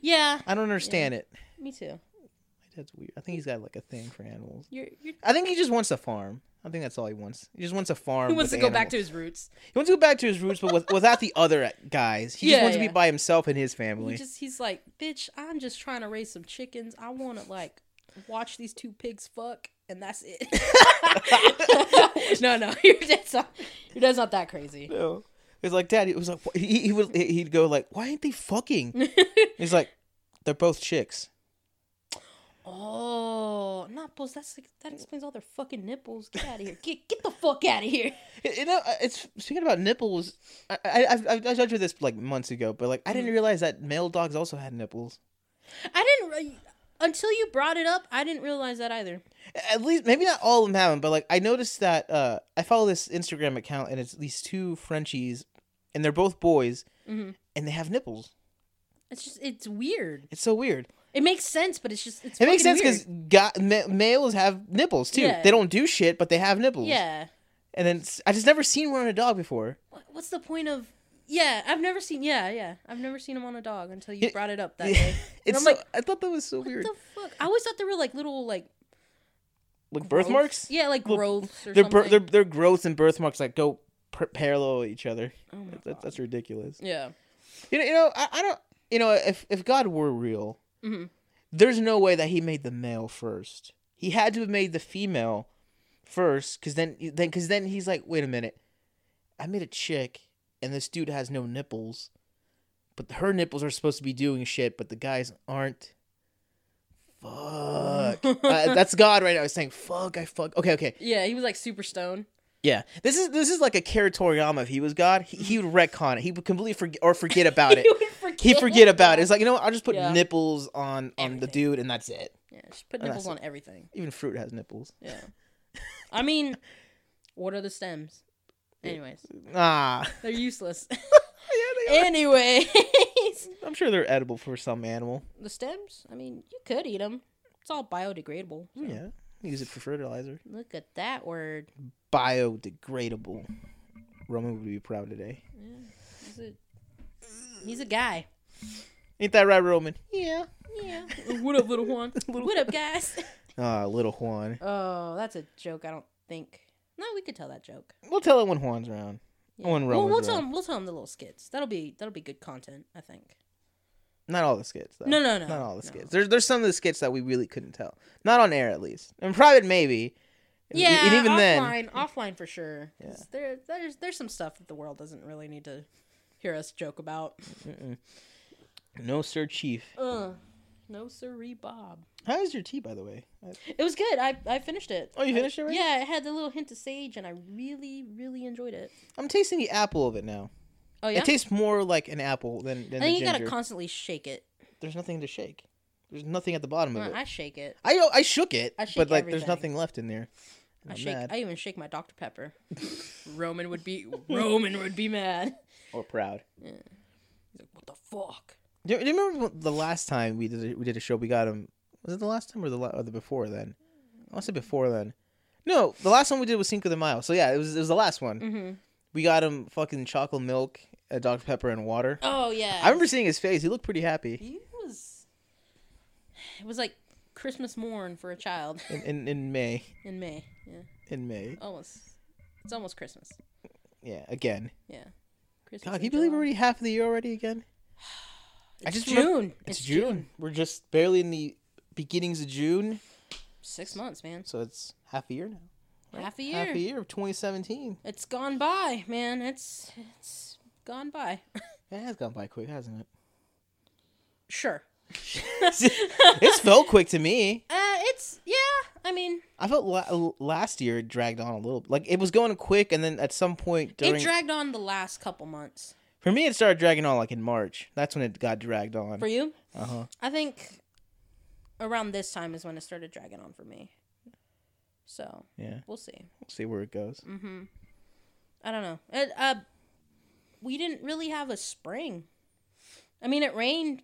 Yeah,
I don't understand it.
me too.
My dad's weird. I think he's got like a thing for animals.
You're, you're,
I think he just wants a farm. I think that's all he wants. He just wants a farm.
he wants to
with
go back
animals.
to his roots.
He wants to go back to his roots, but with, without the other guys. He
Yeah,
just wants to
yeah.
be by himself and his
He
family.
just he's like, bitch, I'm just trying to raise some chickens. I want to like watch these two pigs fuck, and that's it. [laughs] no, [laughs] no, your dad's not, your dad's not that crazy.
no. It's like dad. It was like wh- he, he would he'd go like, why ain't
[laughs]
they fucking? he's like, they're both chicks.
Oh, not bulls. That's like, that explains all their fucking nipples. Get out of here. Get get the fuck out of here.
You know, uh, it's speaking about nipples. I I I've, I've I judged this like months ago, but like I
Mm-hmm.
didn't realize that male dogs also had nipples.
I didn't re- until you brought it up. I didn't realize that either.
At least maybe not all of them have them, but like I noticed that uh I follow this Instagram account and it's these two Frenchies, and they're both boys,
Mhm.
and they have nipples.
It's just it's weird.
It's so weird.
It makes sense, but it's just it's
It makes sense
fucking
because ma- males have nipples too.
Yeah.
They don't do shit, but they have nipples.
weird. yeah,
And then s- I just never seen one on a dog before.
What- what's the point of? Yeah, I've never seen. Yeah, yeah, I've never seen them on a dog until you
Yeah.
brought it up
[laughs]
that day. And
it's
I'm
so,
like,
I thought that was so
What
weird.
the fuck? I always thought they were like little like
like
growths.
birthmarks.
Yeah, like
Well,
growths or
Their
something.
bir- their their growths and birthmarks like go per- parallel each other.
Oh my
That, that's ridiculous.
yeah,
You know, you know, I, I don't. You know, if if God were real,
Mhm.
there's no way that He made the male first. He had to have made the female first, because then then because then He's like, wait a minute, I made a chick, and this dude has no nipples, but her nipples are supposed to be doing shit, but the guys aren't. Fuck. uh, that's God right now. He's saying, fuck, I fuck. Okay, okay.
yeah. He was like super stone.
Yeah, this is this is like a Kira Toriyama. If he was God, he, he would retcon it. He would completely forget or forget
[laughs]
about it.
He would forget.
He'd forget about it. It's like you know, what? I'll just put
Yeah.
nipples on on the
Everything.
dude, and that's it.
Yeah, just put
And
nipples
Oh, that's
on everything.
Even fruit has nipples.
Yeah. I mean, what are the stems? Anyways,
Ah, [laughs]
they're useless. [laughs]
yeah, they are.
Anyways,
I'm sure they're edible for some animal.
the stems. I mean, you could eat them. It's all biodegradable. so.
Yeah, use it for fertilizer.
Look at that word.
Biodegradable. Roman would be proud today.
He's a, he's a guy.
Ain't that right, Roman? Yeah. [laughs]
Yeah. what up, [laughs] little Juan?
Little
what up, guys? [laughs]
Ah, little Juan.
Oh, that's a joke. I don't think. No, we could tell that joke.
We'll tell it when Juan's around.
Yeah.
When
Well,
Roman's
we'll tell
around.
him. We'll tell him the little skits. That'll be that'll be good content. I think.
Not all the skits, though.
No, no, no,
Uh, Not all the
no.
skits. There's there's some of the skits that we really couldn't tell. Not on air, at least. In private, maybe. And- e-,
Yeah,
And even then,
offline, offline for sure. 'Cause There, there's there's some stuff that the world doesn't really need to hear us joke about.
no, sir, chief.
Ugh. No siree, Bob.
How is your tea, by the way? I-
It was good. I I finished it.
Oh, you
I-
finished it already?
Yeah, it had the little hint of sage, and I really really enjoyed it.
I'm tasting the apple of it now.
Oh yeah.
It tastes more like an apple than, than
I think
the
you
ginger.
gotta constantly shake it.
there's nothing to shake. There's nothing at the bottom of
Uh,
it.
I shake it.
I I shook it,
I shake
but like
everything.
there's nothing left in there.
I
I'm
shake.
mad.
I even shake my Dr
[laughs]
Pepper. Roman would be Roman would be mad.
or proud.
He's like, what the fuck?
Do you, do you remember when- the last time we did a, we did a show? We got him. Was it the last time or the la- or the before then? I want to say before then. No, the last one we did was Cinco de Mayo. So yeah, it was it was the last one.
Mhm.
We got him fucking chocolate milk, uh, Dr Pepper, and water.
Oh yeah.
I remember seeing his face. He looked pretty happy
he was. It was like Christmas morn for a
[laughs]
child
in, in, in May.
in May. Yeah,
In May,
almost. It's almost Christmas.
yeah. Again,
Yeah. Christmas
God,
in
can you believe
July.
we're already half of the year already? Again, I
[sighs] It's
just
June.
remember-
it's
it's June. We're just barely in the beginnings of June,
Six months, man.
so it's half a year now.
Half a year.
Half a year of 2017.
It's gone by, man. It's it's gone by. [laughs]
Yeah, it has gone by quick, hasn't it?
sure.
[laughs]
[laughs]
it's felt quick to me.
Uh, it's yeah. I mean,
I felt la- last year it dragged on a little. Like it was going quick, and then at some point during
it dragged on the last couple months
for me, it started dragging on like in March. That's when it got dragged on.
for you.
Uh huh.
I think around this time is when it started dragging on for me. So
Yeah,
we'll see.
we'll see where it goes.
Mm-hmm. I don't know. It, uh, we didn't really have a spring. I mean, it rained,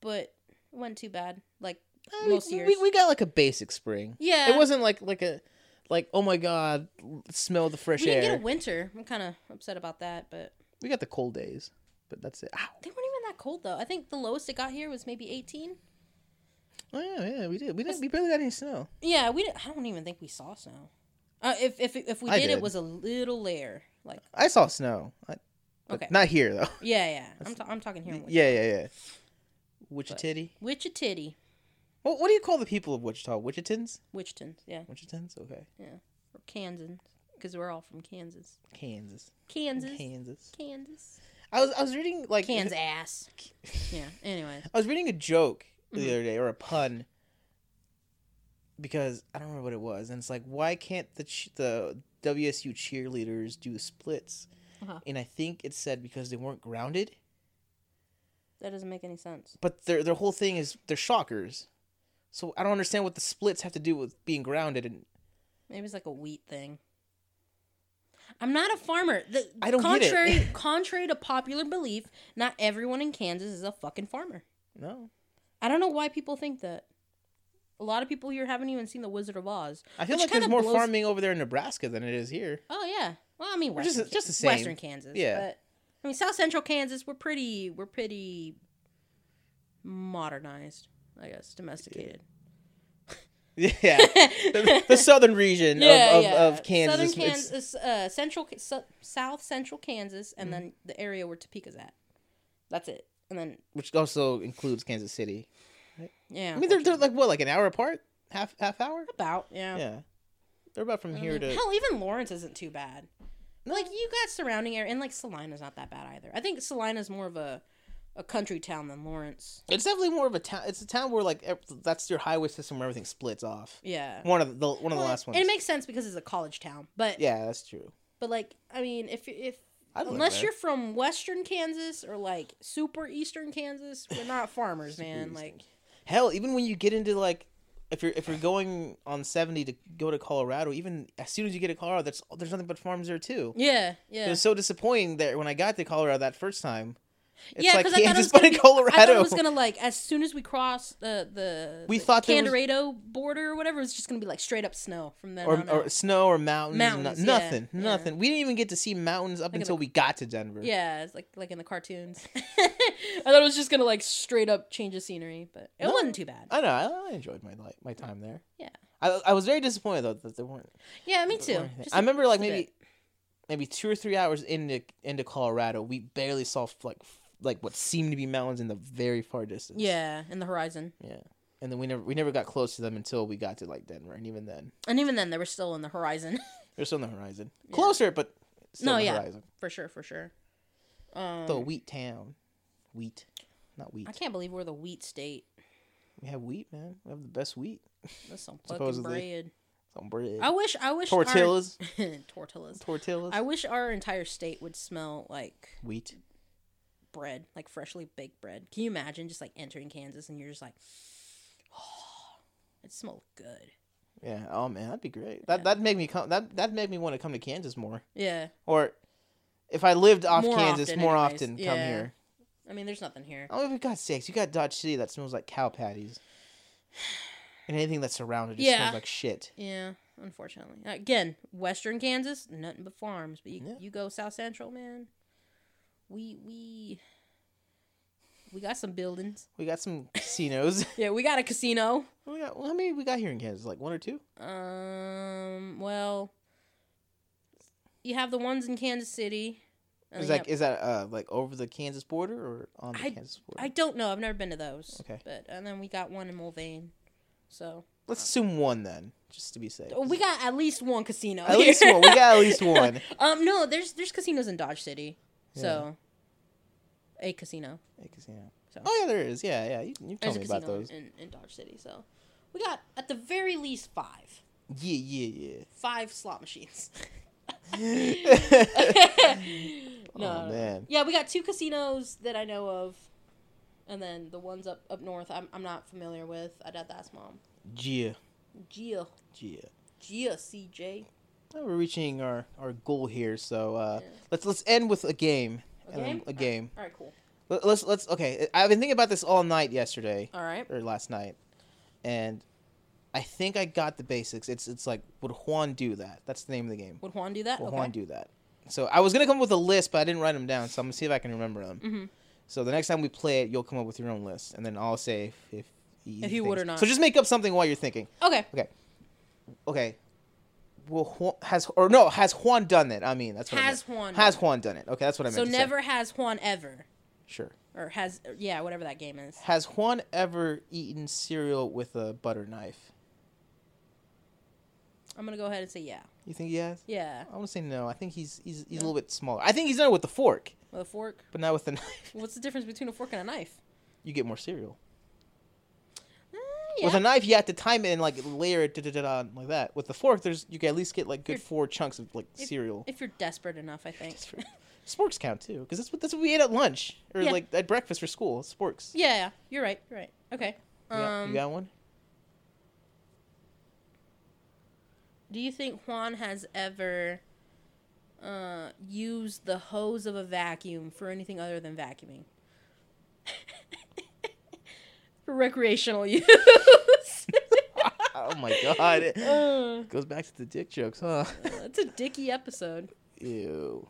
but it wasn't too bad. Like
Uh,
most
we,
years.
we, we got like a basic spring.
yeah.
It wasn't like like a like oh my god, smell the fresh
We didn't
air.
get a winter. I'm kind of upset about that, but
we got the cold days, but that's it. Ow.
they weren't even that cold though. I think the lowest it got here was maybe 18.
Oh yeah, yeah, we did. We didn't. We barely got any snow.
Yeah, we. Didn't, I don't even think we saw snow. Uh, if if if we
I
did, it
did.
was a little layer. Like
I saw snow. I, but
okay,
Not here though.
yeah, yeah. I'm ta- I'm talking here. in Wichita.
[laughs] yeah, yeah, yeah. Wichita.
Wichita titty,
Well, what do you call the people of Wichita? Wichitans?
Wichitans, yeah,
Wichitans? Okay.
or Kansans, because we're all from Kansas.
Kansas.
Kansas,
Kansas.
Kansas,
I was I was reading like [laughs]
Kansas. yeah. Anyways,
I was reading a joke the other day or a pun because I don't remember what it was, and it's like why can't the ch- the WSU cheerleaders do splits?
Uh-huh.
And I think it said because they weren't grounded,
that doesn't make any sense.
but their their whole thing is they're shockers. So I don't understand what the splits have to do with being grounded. And
Maybe it's like a wheat thing. I'm not a farmer. The,
I don't get it.
contrary,
[laughs]
contrary to popular belief, not everyone in Kansas is a fucking farmer.
no,
I don't know why people think that. A lot of people here haven't even seen The Wizard of Oz.
I feel
Which
like there's
kinda
more
blows-
farming over there in Nebraska than it is here. [laughs]
Oh yeah. Well, I mean,
We're just-
Western,
just the
Kan-
same.
Western Kansas.
Yeah.
But I mean, South Central Kansas, we're pretty, we're pretty modernized, I guess, domesticated.
Yeah.
[laughs]
the, the southern region of, of, of Kansas.
Southern
it's-
Kansas, uh, central, Ca- so, South Central Kansas,
Mm-hmm.
and then the area where Topeka's at. That's it. And then
which also includes Kansas City.
yeah,
I mean, they're, they're like what, like an hour apart, half half hour.
about yeah. Mm, Mm-hmm.
Yeah, they're about from here to.
Hell, even Lawrence isn't too bad. Like you got surrounding area, and like Salina's not that bad either. I think Salina's more of a a country town than Lawrence.
It's definitely more of a town. It's a town where like ev- that's your highway system where everything splits off.
Yeah.
One of the one of the last ones.
And it makes sense because it's a college town, but
yeah, that's true.
but like I mean, if if
I'd live
unless
there.
you're from Western Kansas or like super Eastern Kansas, we're
[laughs]
not farmers, man.
Eastern.
Like
Hell, even when you get into like. If you're if you're going on seventy to go to Colorado, even as soon as you get to Colorado, that's there's nothing but farms there too.
yeah,
It
yeah,
was so disappointing that when I got to Colorado that first time, it's
yeah.
like
I thought it
Kansas
was
but
gonna
in
be,
Colorado.
I thought it was gonna like as soon as we crossed the the
We
the
thought there was-
Canderado border or whatever, it was just gonna be like straight up snow from then
or,
on.
or
out.
snow or mountains, no-
Mountains, yeah,
nothing,
yeah.
nothing. We didn't even get to see mountains up
in
until
the-
we got to Denver.
Yeah, it's like like in the cartoons. [laughs] I thought it was just gonna like straight up change the scenery, but it
No.
wasn't too bad.
I know. I, I enjoyed my li- my time there.
Yeah.
I, I was very disappointed though that there weren't.
Yeah, me too.
weren't anything.
Just
I
a-
remember like
just a
maybe
bit.
maybe two or three hours into into Colorado, we barely saw like f- like what seemed to be mountains in the very far distance.
Yeah, in the horizon,
Yeah. And then we never we never got close to them until we got to like Denver, and even then
and even then they were still in the horizon. [laughs]
they're still on the horizon, closer, but still
No,
on the
yeah.
horizon.
For sure, for sure. Um,
The wheat town, wheat, not wheat.
I can't believe we're the wheat state.
We have wheat, man. We have the best wheat.
That's some fucking
Supposedly.
bread.
It's on bread.
I wish, I wish our-
tortillas,
[laughs] tortillas.
tortillas,
I wish our entire state would smell like
wheat.
bread, like freshly baked bread. Can you [sighs] imagine just like entering Kansas and you're just like, it smells good.
Yeah. Oh man, that'd be great. That that'd make me come. That that'd make me want to come to Kansas more.
Yeah.
Or if I lived off
More
Kansas
often,
more
anyways.
often, come
Yeah.
here.
I mean, there's nothing here.
Oh, for God's sakes, you got Dodge City that smells like cow patties, [sighs] and anything that's surrounded just
Yeah.
smells like shit.
Yeah, unfortunately. Again, Western Kansas, nothing but farms. But you,
Yeah.
you go South Central, man. We we we got some buildings.
We got some casinos. [laughs]
Yeah, we got a casino.
we got well, how many we got here in Kansas? Like one or two?
Um, well, you have the ones in Kansas City. and
Is
then you
that is that uh like over the Kansas border or on the Kansas
have- Oh, I
border?
don't know. I've never been to those.
Okay.
But and then we got one in Mulvane. So
Let's assume one then, just to be safe.
Oh, we got at least one casino.
at least
here.
one. We got
[laughs]
at least one. [laughs]
Um, no, there's there's casinos in Dodge City, so a casino.
A casino.
So-
Oh yeah, there is. Yeah, yeah. You, you tell
There's a
me
casino
about those.
In, in Dodge City, so we got at the very least five [laughs]
Yeah, yeah, yeah.
five slot
[laughs]
machines. [laughs]
oh [laughs]
no,
man.
yeah, we got two casinos that I know of, and then the ones up up north I'm I'm not familiar with. I'd have to ask mom.
Yeah,
Gia,
yeah.
Gia, CJ.
Well, We're reaching our, our goal here, so uh,
Yeah.
let's let's end with a game.
A
And then
game? Uh,
A game.
All right, cool.
Let- Let's let's okay. I've been thinking about this all night yesterday
All right.
or last night, and I think I got the basics. It's it's like would Juan do that? That's the name of the game.
Would Juan do that?
Will
okay.
Juan do that? So I was gonna come up with a list, but I didn't write them down. So I'm gonna see if I can remember them.
Mhm.
So the next time we play it, you'll come up with your own list, and then I'll say if if he,
If he would
thinks-
or not.
So just make up something while you're thinking.
Okay.
Okay. Well, Juan, has or no has Juan done it? I mean, that's what I
Has
meant.
Juan?
has Juan done it? Okay, that's what I meant.
So
to say.
never has Juan ever,
sure.
or has yeah, whatever that game is.
Has Juan ever eaten cereal with a butter knife?
I'm gonna go ahead and say yeah.
You think he has?
Yeah.
I want to say no. I think he's he's, he's
No.
a little bit smaller. I think he's done it with the fork,
With a fork.
but not with the [laughs] knife.
What's the difference between a fork and a knife?
You get more cereal.
Mm, yeah.
With a knife, you have to time it and like layer it da, da, da, da, like that. With the fork, there's you can at least get like good
You're-
four chunks of like cereal.
if you're desperate enough, I think.
That's for- sporks count too, because that's what that's what we ate at lunch or
Yeah.
like at breakfast for school. Sporks.
yeah, yeah, you're right. You're right. Okay.
You got-
Um,
you got one?
Do you think Juan has ever uh, used the hose of a vacuum for anything other than vacuuming? [laughs] for recreational [laughs] use.
[laughs] Oh my
[laughs]
god. It
Uh,
goes back to the dick jokes, huh? [laughs]
it's a dicky episode.
Ew.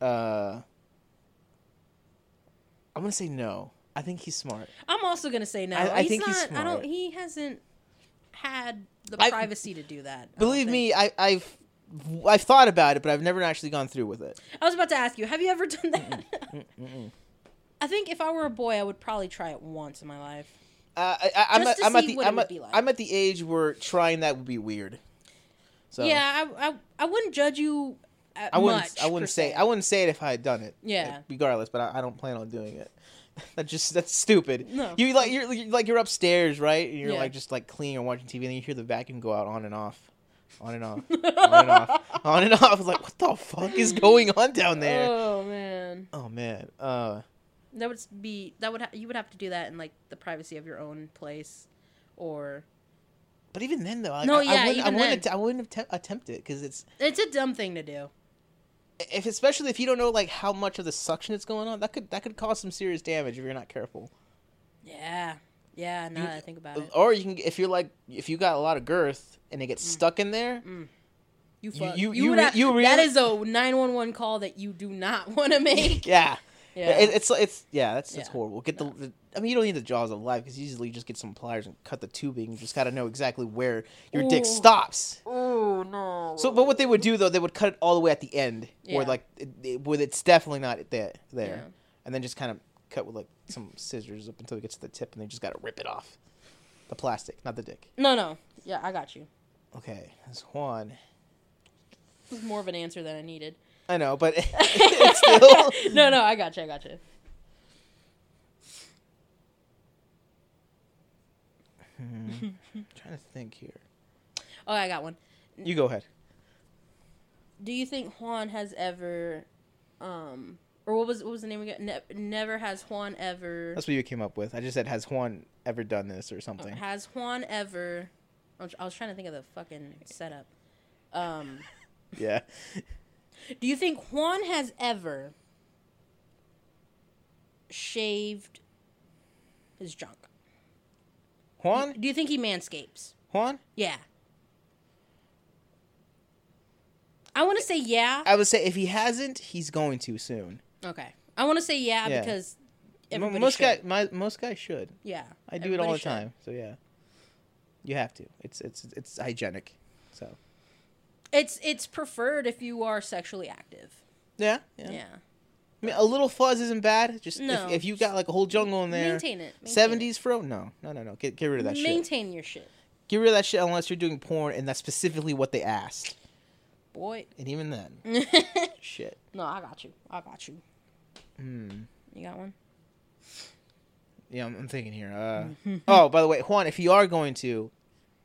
Uh I'm gonna say no. I think he's smart.
I'm also gonna say no.
I- I
he's
think
not.
he's
I don't.
smart.
He hasn't had the
I-
privacy to do that. I don't
Believe
think.
me, I, I've I've thought about it, but I've never actually gone through with it.
I was about to ask you, have you ever done that?
Mm-mm.
[laughs] I think if I were a boy, I would probably try it once in my life.
Uh, I, I, I'm,
Just
at,
to
I'm, at
see
the,
what it
I'm,
would
at,
be like.
I'm at the age where trying that would be weird. So
Yeah, I, I, I wouldn't judge you. At
I wouldn't
much,
I
per
wouldn't
[laughs]
say
se.
I wouldn't say it if I had done it. eh,
Yeah.
Regardless, but I, I don't plan on doing it. [laughs] That just that's stupid.
No.
You like you're, you're like you're upstairs, right? And you're
Yeah.
like just like cleaning or watching TV, and then you hear the vacuum go out on and off, on and off, [laughs] on
[laughs]
and off, on and off. It's like what the fuck is going on down there?
Oh man,
oh man. Uh.
that would be that would ha- you would have to do that in like the privacy of your own place, or
But even then, though, like,
No,
I,
yeah,
I wouldn't,
even
I wouldn't,
then.
att- I wouldn't attempt, attempt it because it's
it's a dumb thing to do.
if especially if you don't know like how much of the suction that's going on, that could that could cause some serious damage if you're not careful.
Yeah, yeah. Now that I think about it,
Or you can if you're like if you got a lot of girth and it
Mm.
gets stuck in there,
you
you-
fuck. You,
you- you
would
re-
have,
you
that
reali-
is a nine one one call that you do not [laughs] want to
[laughs]
make.
yeah.
Yeah.
It, it's it's yeah, that's that's
Yeah.
horrible. Get the, the I mean, you don't need the jaws of life because usually you just get some pliers and cut the tubing. You just got to know exactly where your dick
Ooh.
stops.
oh no.
So, but what they would do though, they would cut it all the way at the end,
Yeah.
or like it, it, with it's definitely not there, there,
Yeah.
and then just kind of cut with like some scissors up until it gets to the tip, and they just got to rip it off, the plastic, not the dick.
no, no. Yeah, I got you.
Okay, that's Juan.
This is more of an answer than I needed. [laughs]
I know, but [laughs] it's still.
no, no, I got you. I got you.
trying to think here.
Oh, I got one.
You go ahead.
Do you think Juan has ever, um, or what was what was the name again? Ne- never has Juan ever Oh,
That's what you came up with. I just said, has Juan ever done this or something?
has Juan ever, I was, I was trying to think of the fucking setup. Um,
Yeah.
do you think Juan has ever shaved his junk?
Juan?
Do you think he manscapes?
Juan?
Yeah. I want to say yeah.
I would say if he hasn't, he's going to soon.
Okay. I want to say yeah,
Yeah.
because
M-
everybody
most
should.
guy, my, most guys should.
yeah.
I do it all
everybody
the
should.
time. So yeah, you have to. It's it's it's hygienic. So
It's it's preferred if you are sexually active.
yeah, yeah.
Yeah.
I mean, a little fuzz isn't bad. Just
No.
if, if you got like a whole jungle in there,
Maintain it. Maintain it.
seventies fro. No, no, no, no. Get get rid of that shit.
Maintain your shit.
Get rid of that shit unless you're doing porn, and that's specifically what they asked. [laughs]
Boy.
And even then,
no,
shit.
I got you. I got you.
Hmm.
You got one?
Yeah, I'm, I'm thinking here.
Mm-hmm.
Uh, oh, by the way, Juan, if you are going to,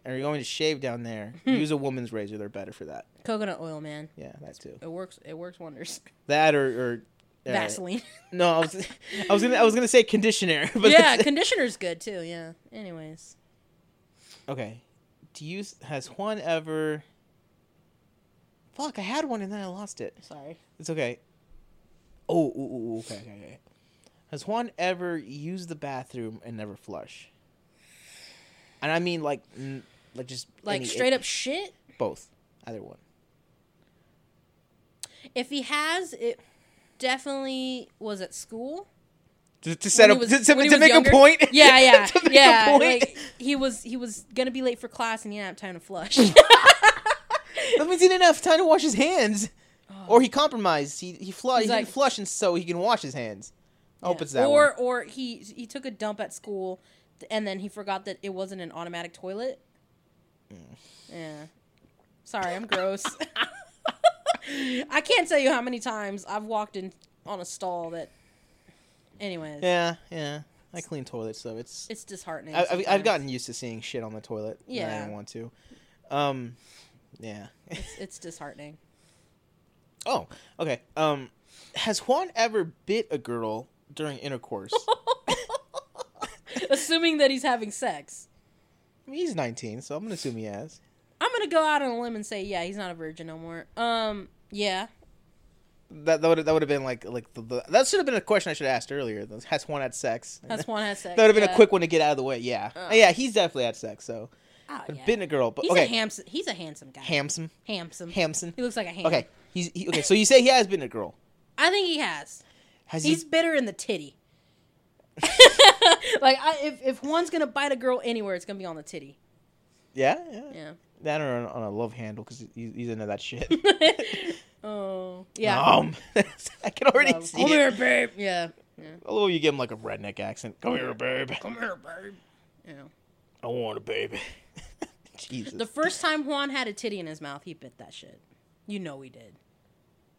and you're going to shave
[laughs]
down there,
Hmm.
use a woman's razor. They're better for that.
Coconut oil, man.
Yeah, that too.
It works it works
[laughs]
wonders.
That or or uh,
Vaseline.
No, I was, I was gonna, I was gonna say conditioner. [laughs] But
yeah,
that's-
conditioner's good too, yeah. Anyways.
okay. Do you has Juan ever? Fuck, I had one and then I lost it.
Sorry.
It's okay. Oh, ooh, ooh, ooh, okay, okay, okay. Has Juan ever used the bathroom and never flush? And I mean, like, n- like just
Like straight up shit.
up both, either one.
If he has, it definitely was at school.
To, to set
he
up
was-
to, to,
when he
[laughs] to
was
make
younger.
a point.
Yeah, yeah,
To make a
yeah.
point.
Like [laughs] he was, he was gonna be late for class and he didn't have time to flush. [laughs]
That means he didn't have time to wash his hands, or he compromised. He he, flu- he
Oh. He's
didn't
like-
flush, and so he can wash his hands. I [laughs] hope
Yeah.
it's that
or
one.
or he he took a dump at school, th- and then he forgot that it wasn't an automatic toilet.
Mm.
Yeah. Sorry, I'm gross. [laughs] I can't tell you how many times I've walked in on a stall that. Anyways,
Yeah, yeah. I clean toilets, so it's.
it's disheartening.
I, I've, I've
sometimes.
gotten used to seeing shit on the toilet. and I
Yeah.
don't want to. Um, yeah. [laughs]
It's, it's disheartening. [laughs]
oh, okay. Um, has Juan ever bit a girl
[laughs]
during intercourse? [laughs]
Assuming that he's having sex,
I mean, he's 19, so I'm gonna assume he has.
I'm gonna go out on a limb and say, yeah, he's not a virgin no more. Um, yeah,
That that would that would have been like like the, the that should have been a question I should have asked earlier. Has Juan had sex?
that's
[laughs]
one has sex.
that would have been
yeah.
a quick one to get out of the way. Yeah,
Oh.
yeah. He's definitely had sex. So
Oh,
But
yeah.
been a girl, but
He's
okay.
a handsome. He's a handsome guy.
Hamson.
handsome.
Hamson.
He looks like a ham.
Okay. He's he, okay. So you say he has been a girl.
I think he has.
Has
He's
he?
bitter in the
[laughs]
titty. like I, if if one's gonna bite a girl anywhere, it's gonna be on the titty.
Yeah. yeah.
Yeah. [laughs]
That or on, on a love handle because he's, he's into that shit.
oh [laughs] yeah.
Um, [laughs] I can already
Love.
see
Come
it.
here, babe. Yeah. Yeah.
Although you give him like a redneck accent. Come here, babe.
Come here, babe. Yeah.
I want a baby. [laughs] Jesus.
The first time Juan had a titty in his mouth, he bit that shit. You know he did.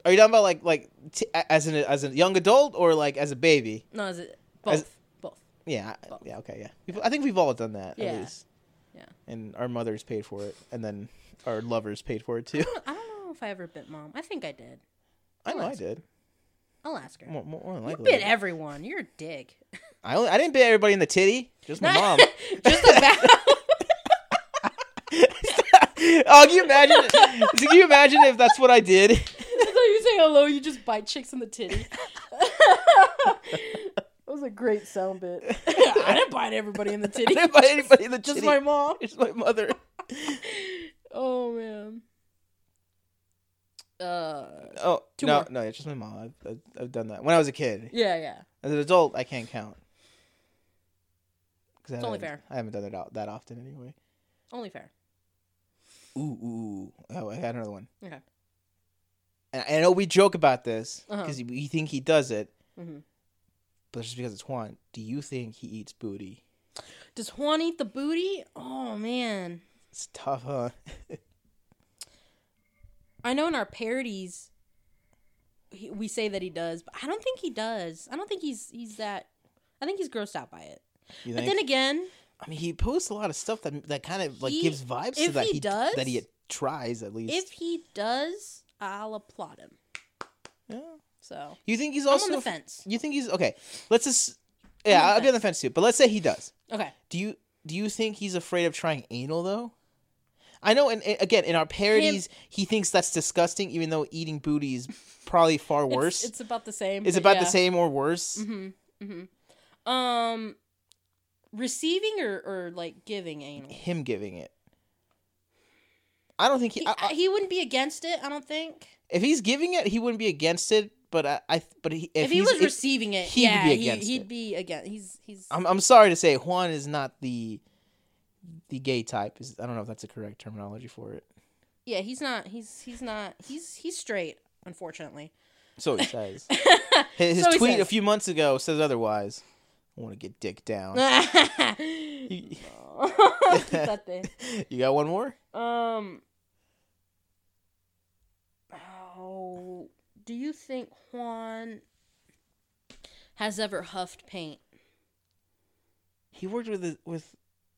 Are you talking about like like t- a- as an as a young adult or like as a baby?
No, is it both?
As-
both.
Yeah. I-
Both.
Yeah. Okay. Yeah. We've- I think we've all done that.
Yeah.
At least.
Yeah.
And our mothers paid for it, and then our lovers paid for it too.
I don't know if I ever bit mom. I think I did.
I know I
Nice.
did.
I'll ask her.
More, more, more than
you
likely.
bit everyone. You're a dick. [laughs]
I only, I didn't bit everybody in the titty, just my mom. [laughs]
Just [laughs] about.
oh, can you imagine? can you imagine if that's what I did? [laughs]
I thought you say hello, you just bite chicks in the titty. [laughs] that was a great sound bit. [laughs] I didn't bite everybody in the
I
[laughs] titty.
didn't bite anybody in the
Just
titty.
my mom.
just
[laughs]
my mother.
Oh man. Uh
Oh
Two
no,
more.
no, it's just my mom. I've, I've, I've done that when I was a kid.
yeah, yeah.
As an adult, I can't count. 'Cause I
It's only
haven't-
fair.
I haven't done it out that often anyway.
Only fair.
Ooh, ooh, ooh. Oh, I had another one.
Okay.
And I know we joke about this
Uh-huh.
because we think he does it,
Mhm.
but it's just because it's Juan. Do you think he eats booty?
Does Juan eat the booty? Oh man.
It's tough, huh? [laughs]
I know in our parodies he, we say that he does, but I don't think he does. I don't think he's he's that I think he's grossed out by it.
You
But
think?
then again,
I mean, he posts a lot of stuff that that kind of like
He-
gives vibes to
if
that
he does-
that he tries at least.
if he does, I'll applaud him.
yeah.
So
You think he's
I'm
also
on the fence.
You think he's okay? Let's just
I'm
yeah,
on the
I'll be on the fence too. But let's say he does.
Okay.
Do you do you think he's afraid of trying anal though? I know, and, and again, in our parodies, he thinks that's disgusting, even though eating booty is probably far
It's-
worse.
It's,
It's,
about the same. but
about
yeah. Mm-hmm.
the same or worse.
Um, receiving or, or like giving anal.
Him giving it. I don't think he, uh,
He,
I- I-
he wouldn't be against it. I don't think.
if he's giving it, he wouldn't be against it. But I, I but he, if,
If, he
he's-
was
if-
receiving it,
he'd
yeah,
be
he,
against
he'd
it.
be against. He's he's.
I'm, I'm sorry to say, Juan is not the the gay type. Is I don't know if that's the correct terminology for it.
yeah, he's not. He's he's not. He's he's straight. Unfortunately.
So
[laughs]
he says. His, his
So he
tweet a
says.
few months ago says otherwise. I want to get dick
Uh.
down.
[laughs] Keep
[laughs] you,
that thing.
you got one more?
Um. Oh, do you think Juan has ever huffed paint?
He worked with his- with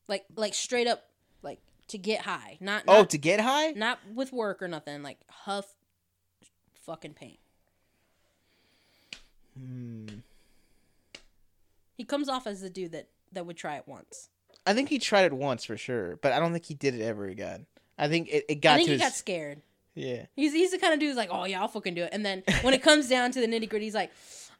Like, like straight up, like to get high, not
oh
not,
to get high.
not with work or nothing. Like huff, fucking paint.
Hmm.
He comes off as the dude that that would try it once.
I think he tried it once for sure, but I don't think he did it ever again. I think it, it got
I think
to
he
his
got scared.
yeah.
He's he's the kind of dude who's like, oh yeah, I'll fucking do it. And then when
[laughs]
it comes down to the nitty gritty, he's like,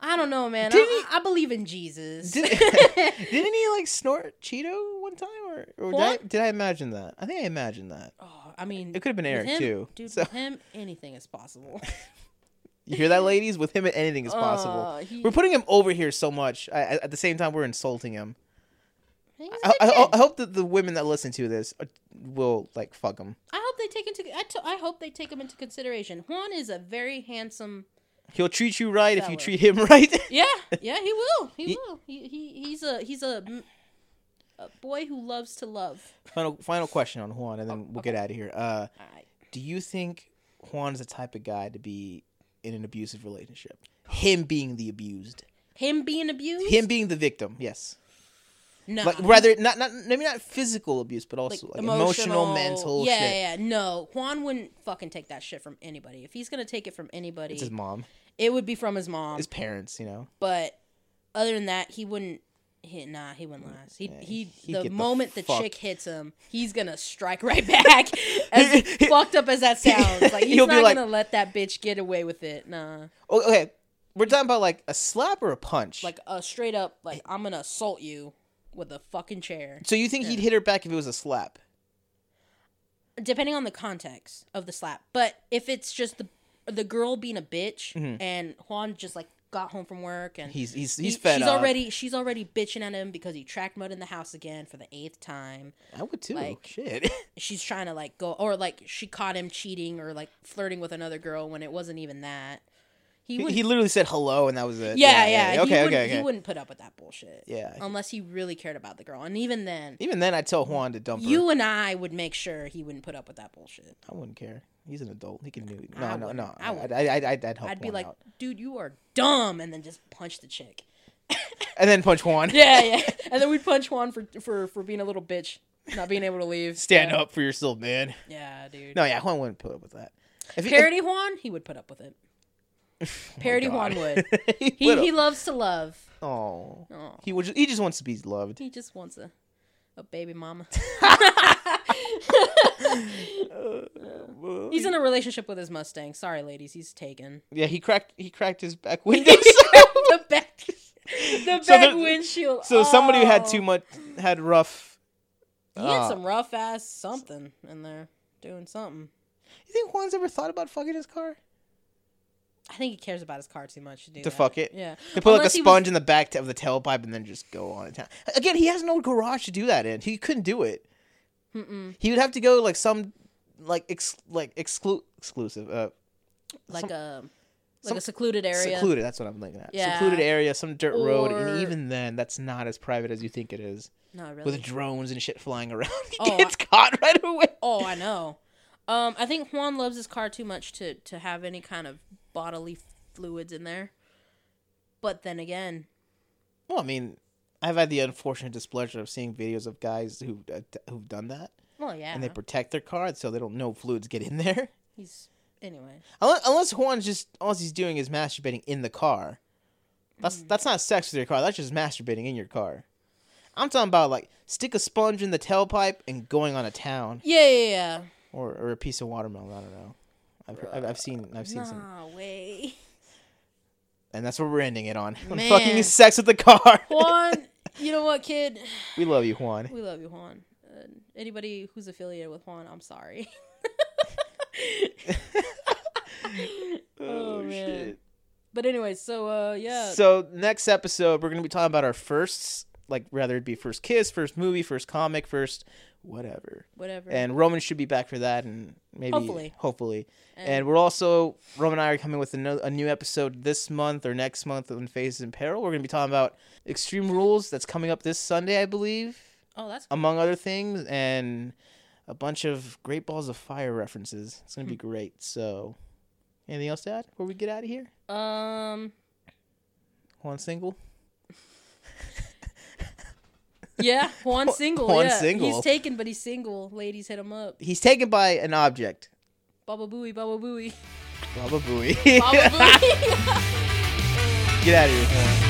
I don't know, man. I,
Didn't he-
I I believe in Jesus. [laughs]
Did, [laughs] didn't he like snort Cheeto one time, or, or did, I,
What?
did I imagine that? I think I imagined that.
Oh, I mean,
It could have been Eric
with him,
too.
Dude,
So
with him, anything is
[laughs]
possible.
you hear that, ladies? With him, anything is possible.
Uh, he-
We're putting him over here so much. I, I- at the same time, we're insulting him.
He's a
I,
good
I, oh,
kid.
I- I hope that the women that listen to this uh, will like fuck him.
I hope they take into. I, to- I hope they take him into consideration. Juan is a very handsome.
He'll treat you right if you
Fella.
treat him [laughs] right.
Yeah, yeah, he will. He
He-
will. He, he he's a he's a, m- a boy who loves to love.
final final question on Juan, and
Oh,
then we'll get out of here. Uh,
I-
do you think Juan is the type of guy to be in an abusive relationship? Him being the abused,
Him being abused.
him being the victim. Yes,
no.
like rather not not maybe not physical abuse, but
Like,
also like, emotional, mental
yeah,
shit.
Yeah, yeah, no. Juan wouldn't fucking take that shit from anybody. If he's gonna take it from anybody,
It's his mom,
it would be from his mom.
his parents. You know,
but other than that, he wouldn't hit. Nah, he wouldn't last. He he.
he'd
the
get the
moment the,
fuck-
chick hits him, he's gonna strike right [laughs] back. as fucked up as that
[laughs]
sounds, like he's
He'll
not
be like-
gonna let that bitch get away with it. Nah,
Oh, okay, we're talking about like a slap or a punch.
like uh, straight up, like I'm gonna assault you with a fucking chair.
so you think he'd hit her back if it was a slap?
Depending on the context of the slap, but if it's just the the girl being a bitch and Juan just like got home from work and
Mm-hmm. He's he's he's
he-
fed
she's
up.
already she's already bitching at him because he tracked mud in the house again for the eighth time.
I would too.
like-
Shit.
she's trying to like go or like she caught him cheating or like flirting with another girl when it wasn't even that. He
[laughs] He,
wouldn't.
he literally said hello, and that was it.
yeah, yeah. he,
Okay,
wouldn't,
okay,
he
okay.
wouldn't put up with that bullshit.
Yeah.
Unless he really cared about the girl, and even then,
Even then, I tell Juan to dump her.
you and I would make sure he wouldn't put up with that bullshit.
I wouldn't care. He's an adult. He can do. it. No,
I
no,
wouldn't.
no.
I
I
wouldn't.
would. I, I, I'd, I'd help.
I'd be
Juan
like,
out.
dude, you are dumb, and then just punch the
[laughs]
chick.
and then punch Juan.
[laughs] Yeah, yeah. and then we'd punch Juan for for for being a little bitch, not being able to leave.
Stand
Yeah.
up for yourself, man.
Yeah, dude.
No, yeah, Juan wouldn't put up with that. If he- Oh
Parody Juan, he would put up
[laughs]
with it. Parody Juan
God.
would.
if [laughs] he,
He, he loves to love.
oh,
Aw.
he would. Just, he just wants to be loved.
He just wants a, a baby
[laughs]
mama. he's in a relationship with his Mustang. Sorry, ladies, he's
[laughs]
taken. [laughs]
Yeah, he cracked. He cracked his back window. [laughs]
the back, the
So
back
there-
windshield.
so somebody who had
Oh.
too much had rough.
He had
Ah.
some rough ass something in there, doing something.
You think Juan's ever thought about fucking his car?
I think he cares about his car too much to do
To
that.
fuck it?
Yeah,
They put
Unless
like a
he was-
sponge in the back of the tailpipe and then just go on it. Again, he has no garage to do that in. He couldn't do it.
Mm-mm.
He would have to go like some like ex like exclu- exclusive uh
like
some-
a like
some-
a secluded area.
secluded. That's what I'm looking at.
Yeah.
Secluded area, some dirt road,
Or-
and even then, that's not as private as you think it is.
No, really.
With drones and shit flying [laughs] around, he
Oh,
gets caught right away.
Oh, I know. Um, I think Juan loves his car too much to to have any kind of bodily fluids in there. But then again,
Well, I mean, I've had the unfortunate displeasure of seeing videos of guys who uh, d- who've done that,
well, yeah,
and they protect their car so they don't know fluids get in there. [laughs]
he's anyway.
Unless, unless Juan's just all he's doing is Hmm. masturbating in the car. That's that's not sex with your car. That's just masturbating in your car. I'm talking about like stick a sponge in the tailpipe and going on a town
Yeah, yeah, yeah.
or, or a piece of watermelon. I don't know. I've, heard- I've, I've seen I've seen some,
Nah, way. [laughs]
and that's what we're ending it on. [laughs] on
Man.
fucking sex with the car.
Juan, you know what, kid?
we love you, Juan.
We love you, Juan. Uh, anybody who's affiliated with Juan, I'm sorry. [laughs] [laughs] Oh, man. But anyway, so uh, yeah.
So next episode, we're gonna be talking about our firsts, like rather it be first kiss, first movie, first comic, first whatever.
whatever.
And Roman should be back for that, and maybe
Hopefully.
hopefully. And,
And-
we're also Roman and I are coming with a, no, a new episode this month or next month on Phases in Peril. We're gonna be talking about Extreme Rules that's coming up this Sunday, I believe,
oh, that's
among other things, and a bunch of Great Balls of Fire references. It's gonna
Hmm.
be great. So, anything else to add before we get out of here?
um.
One single.
Yeah, Juan single.
Juan
yeah.
single.
He's taken, but he's single. Ladies, hit him up.
He's taken by an object.
Baba booey, baba booey,
Baba Booey.
baba booey.
[laughs]
[laughs]
Get out of here, Juan.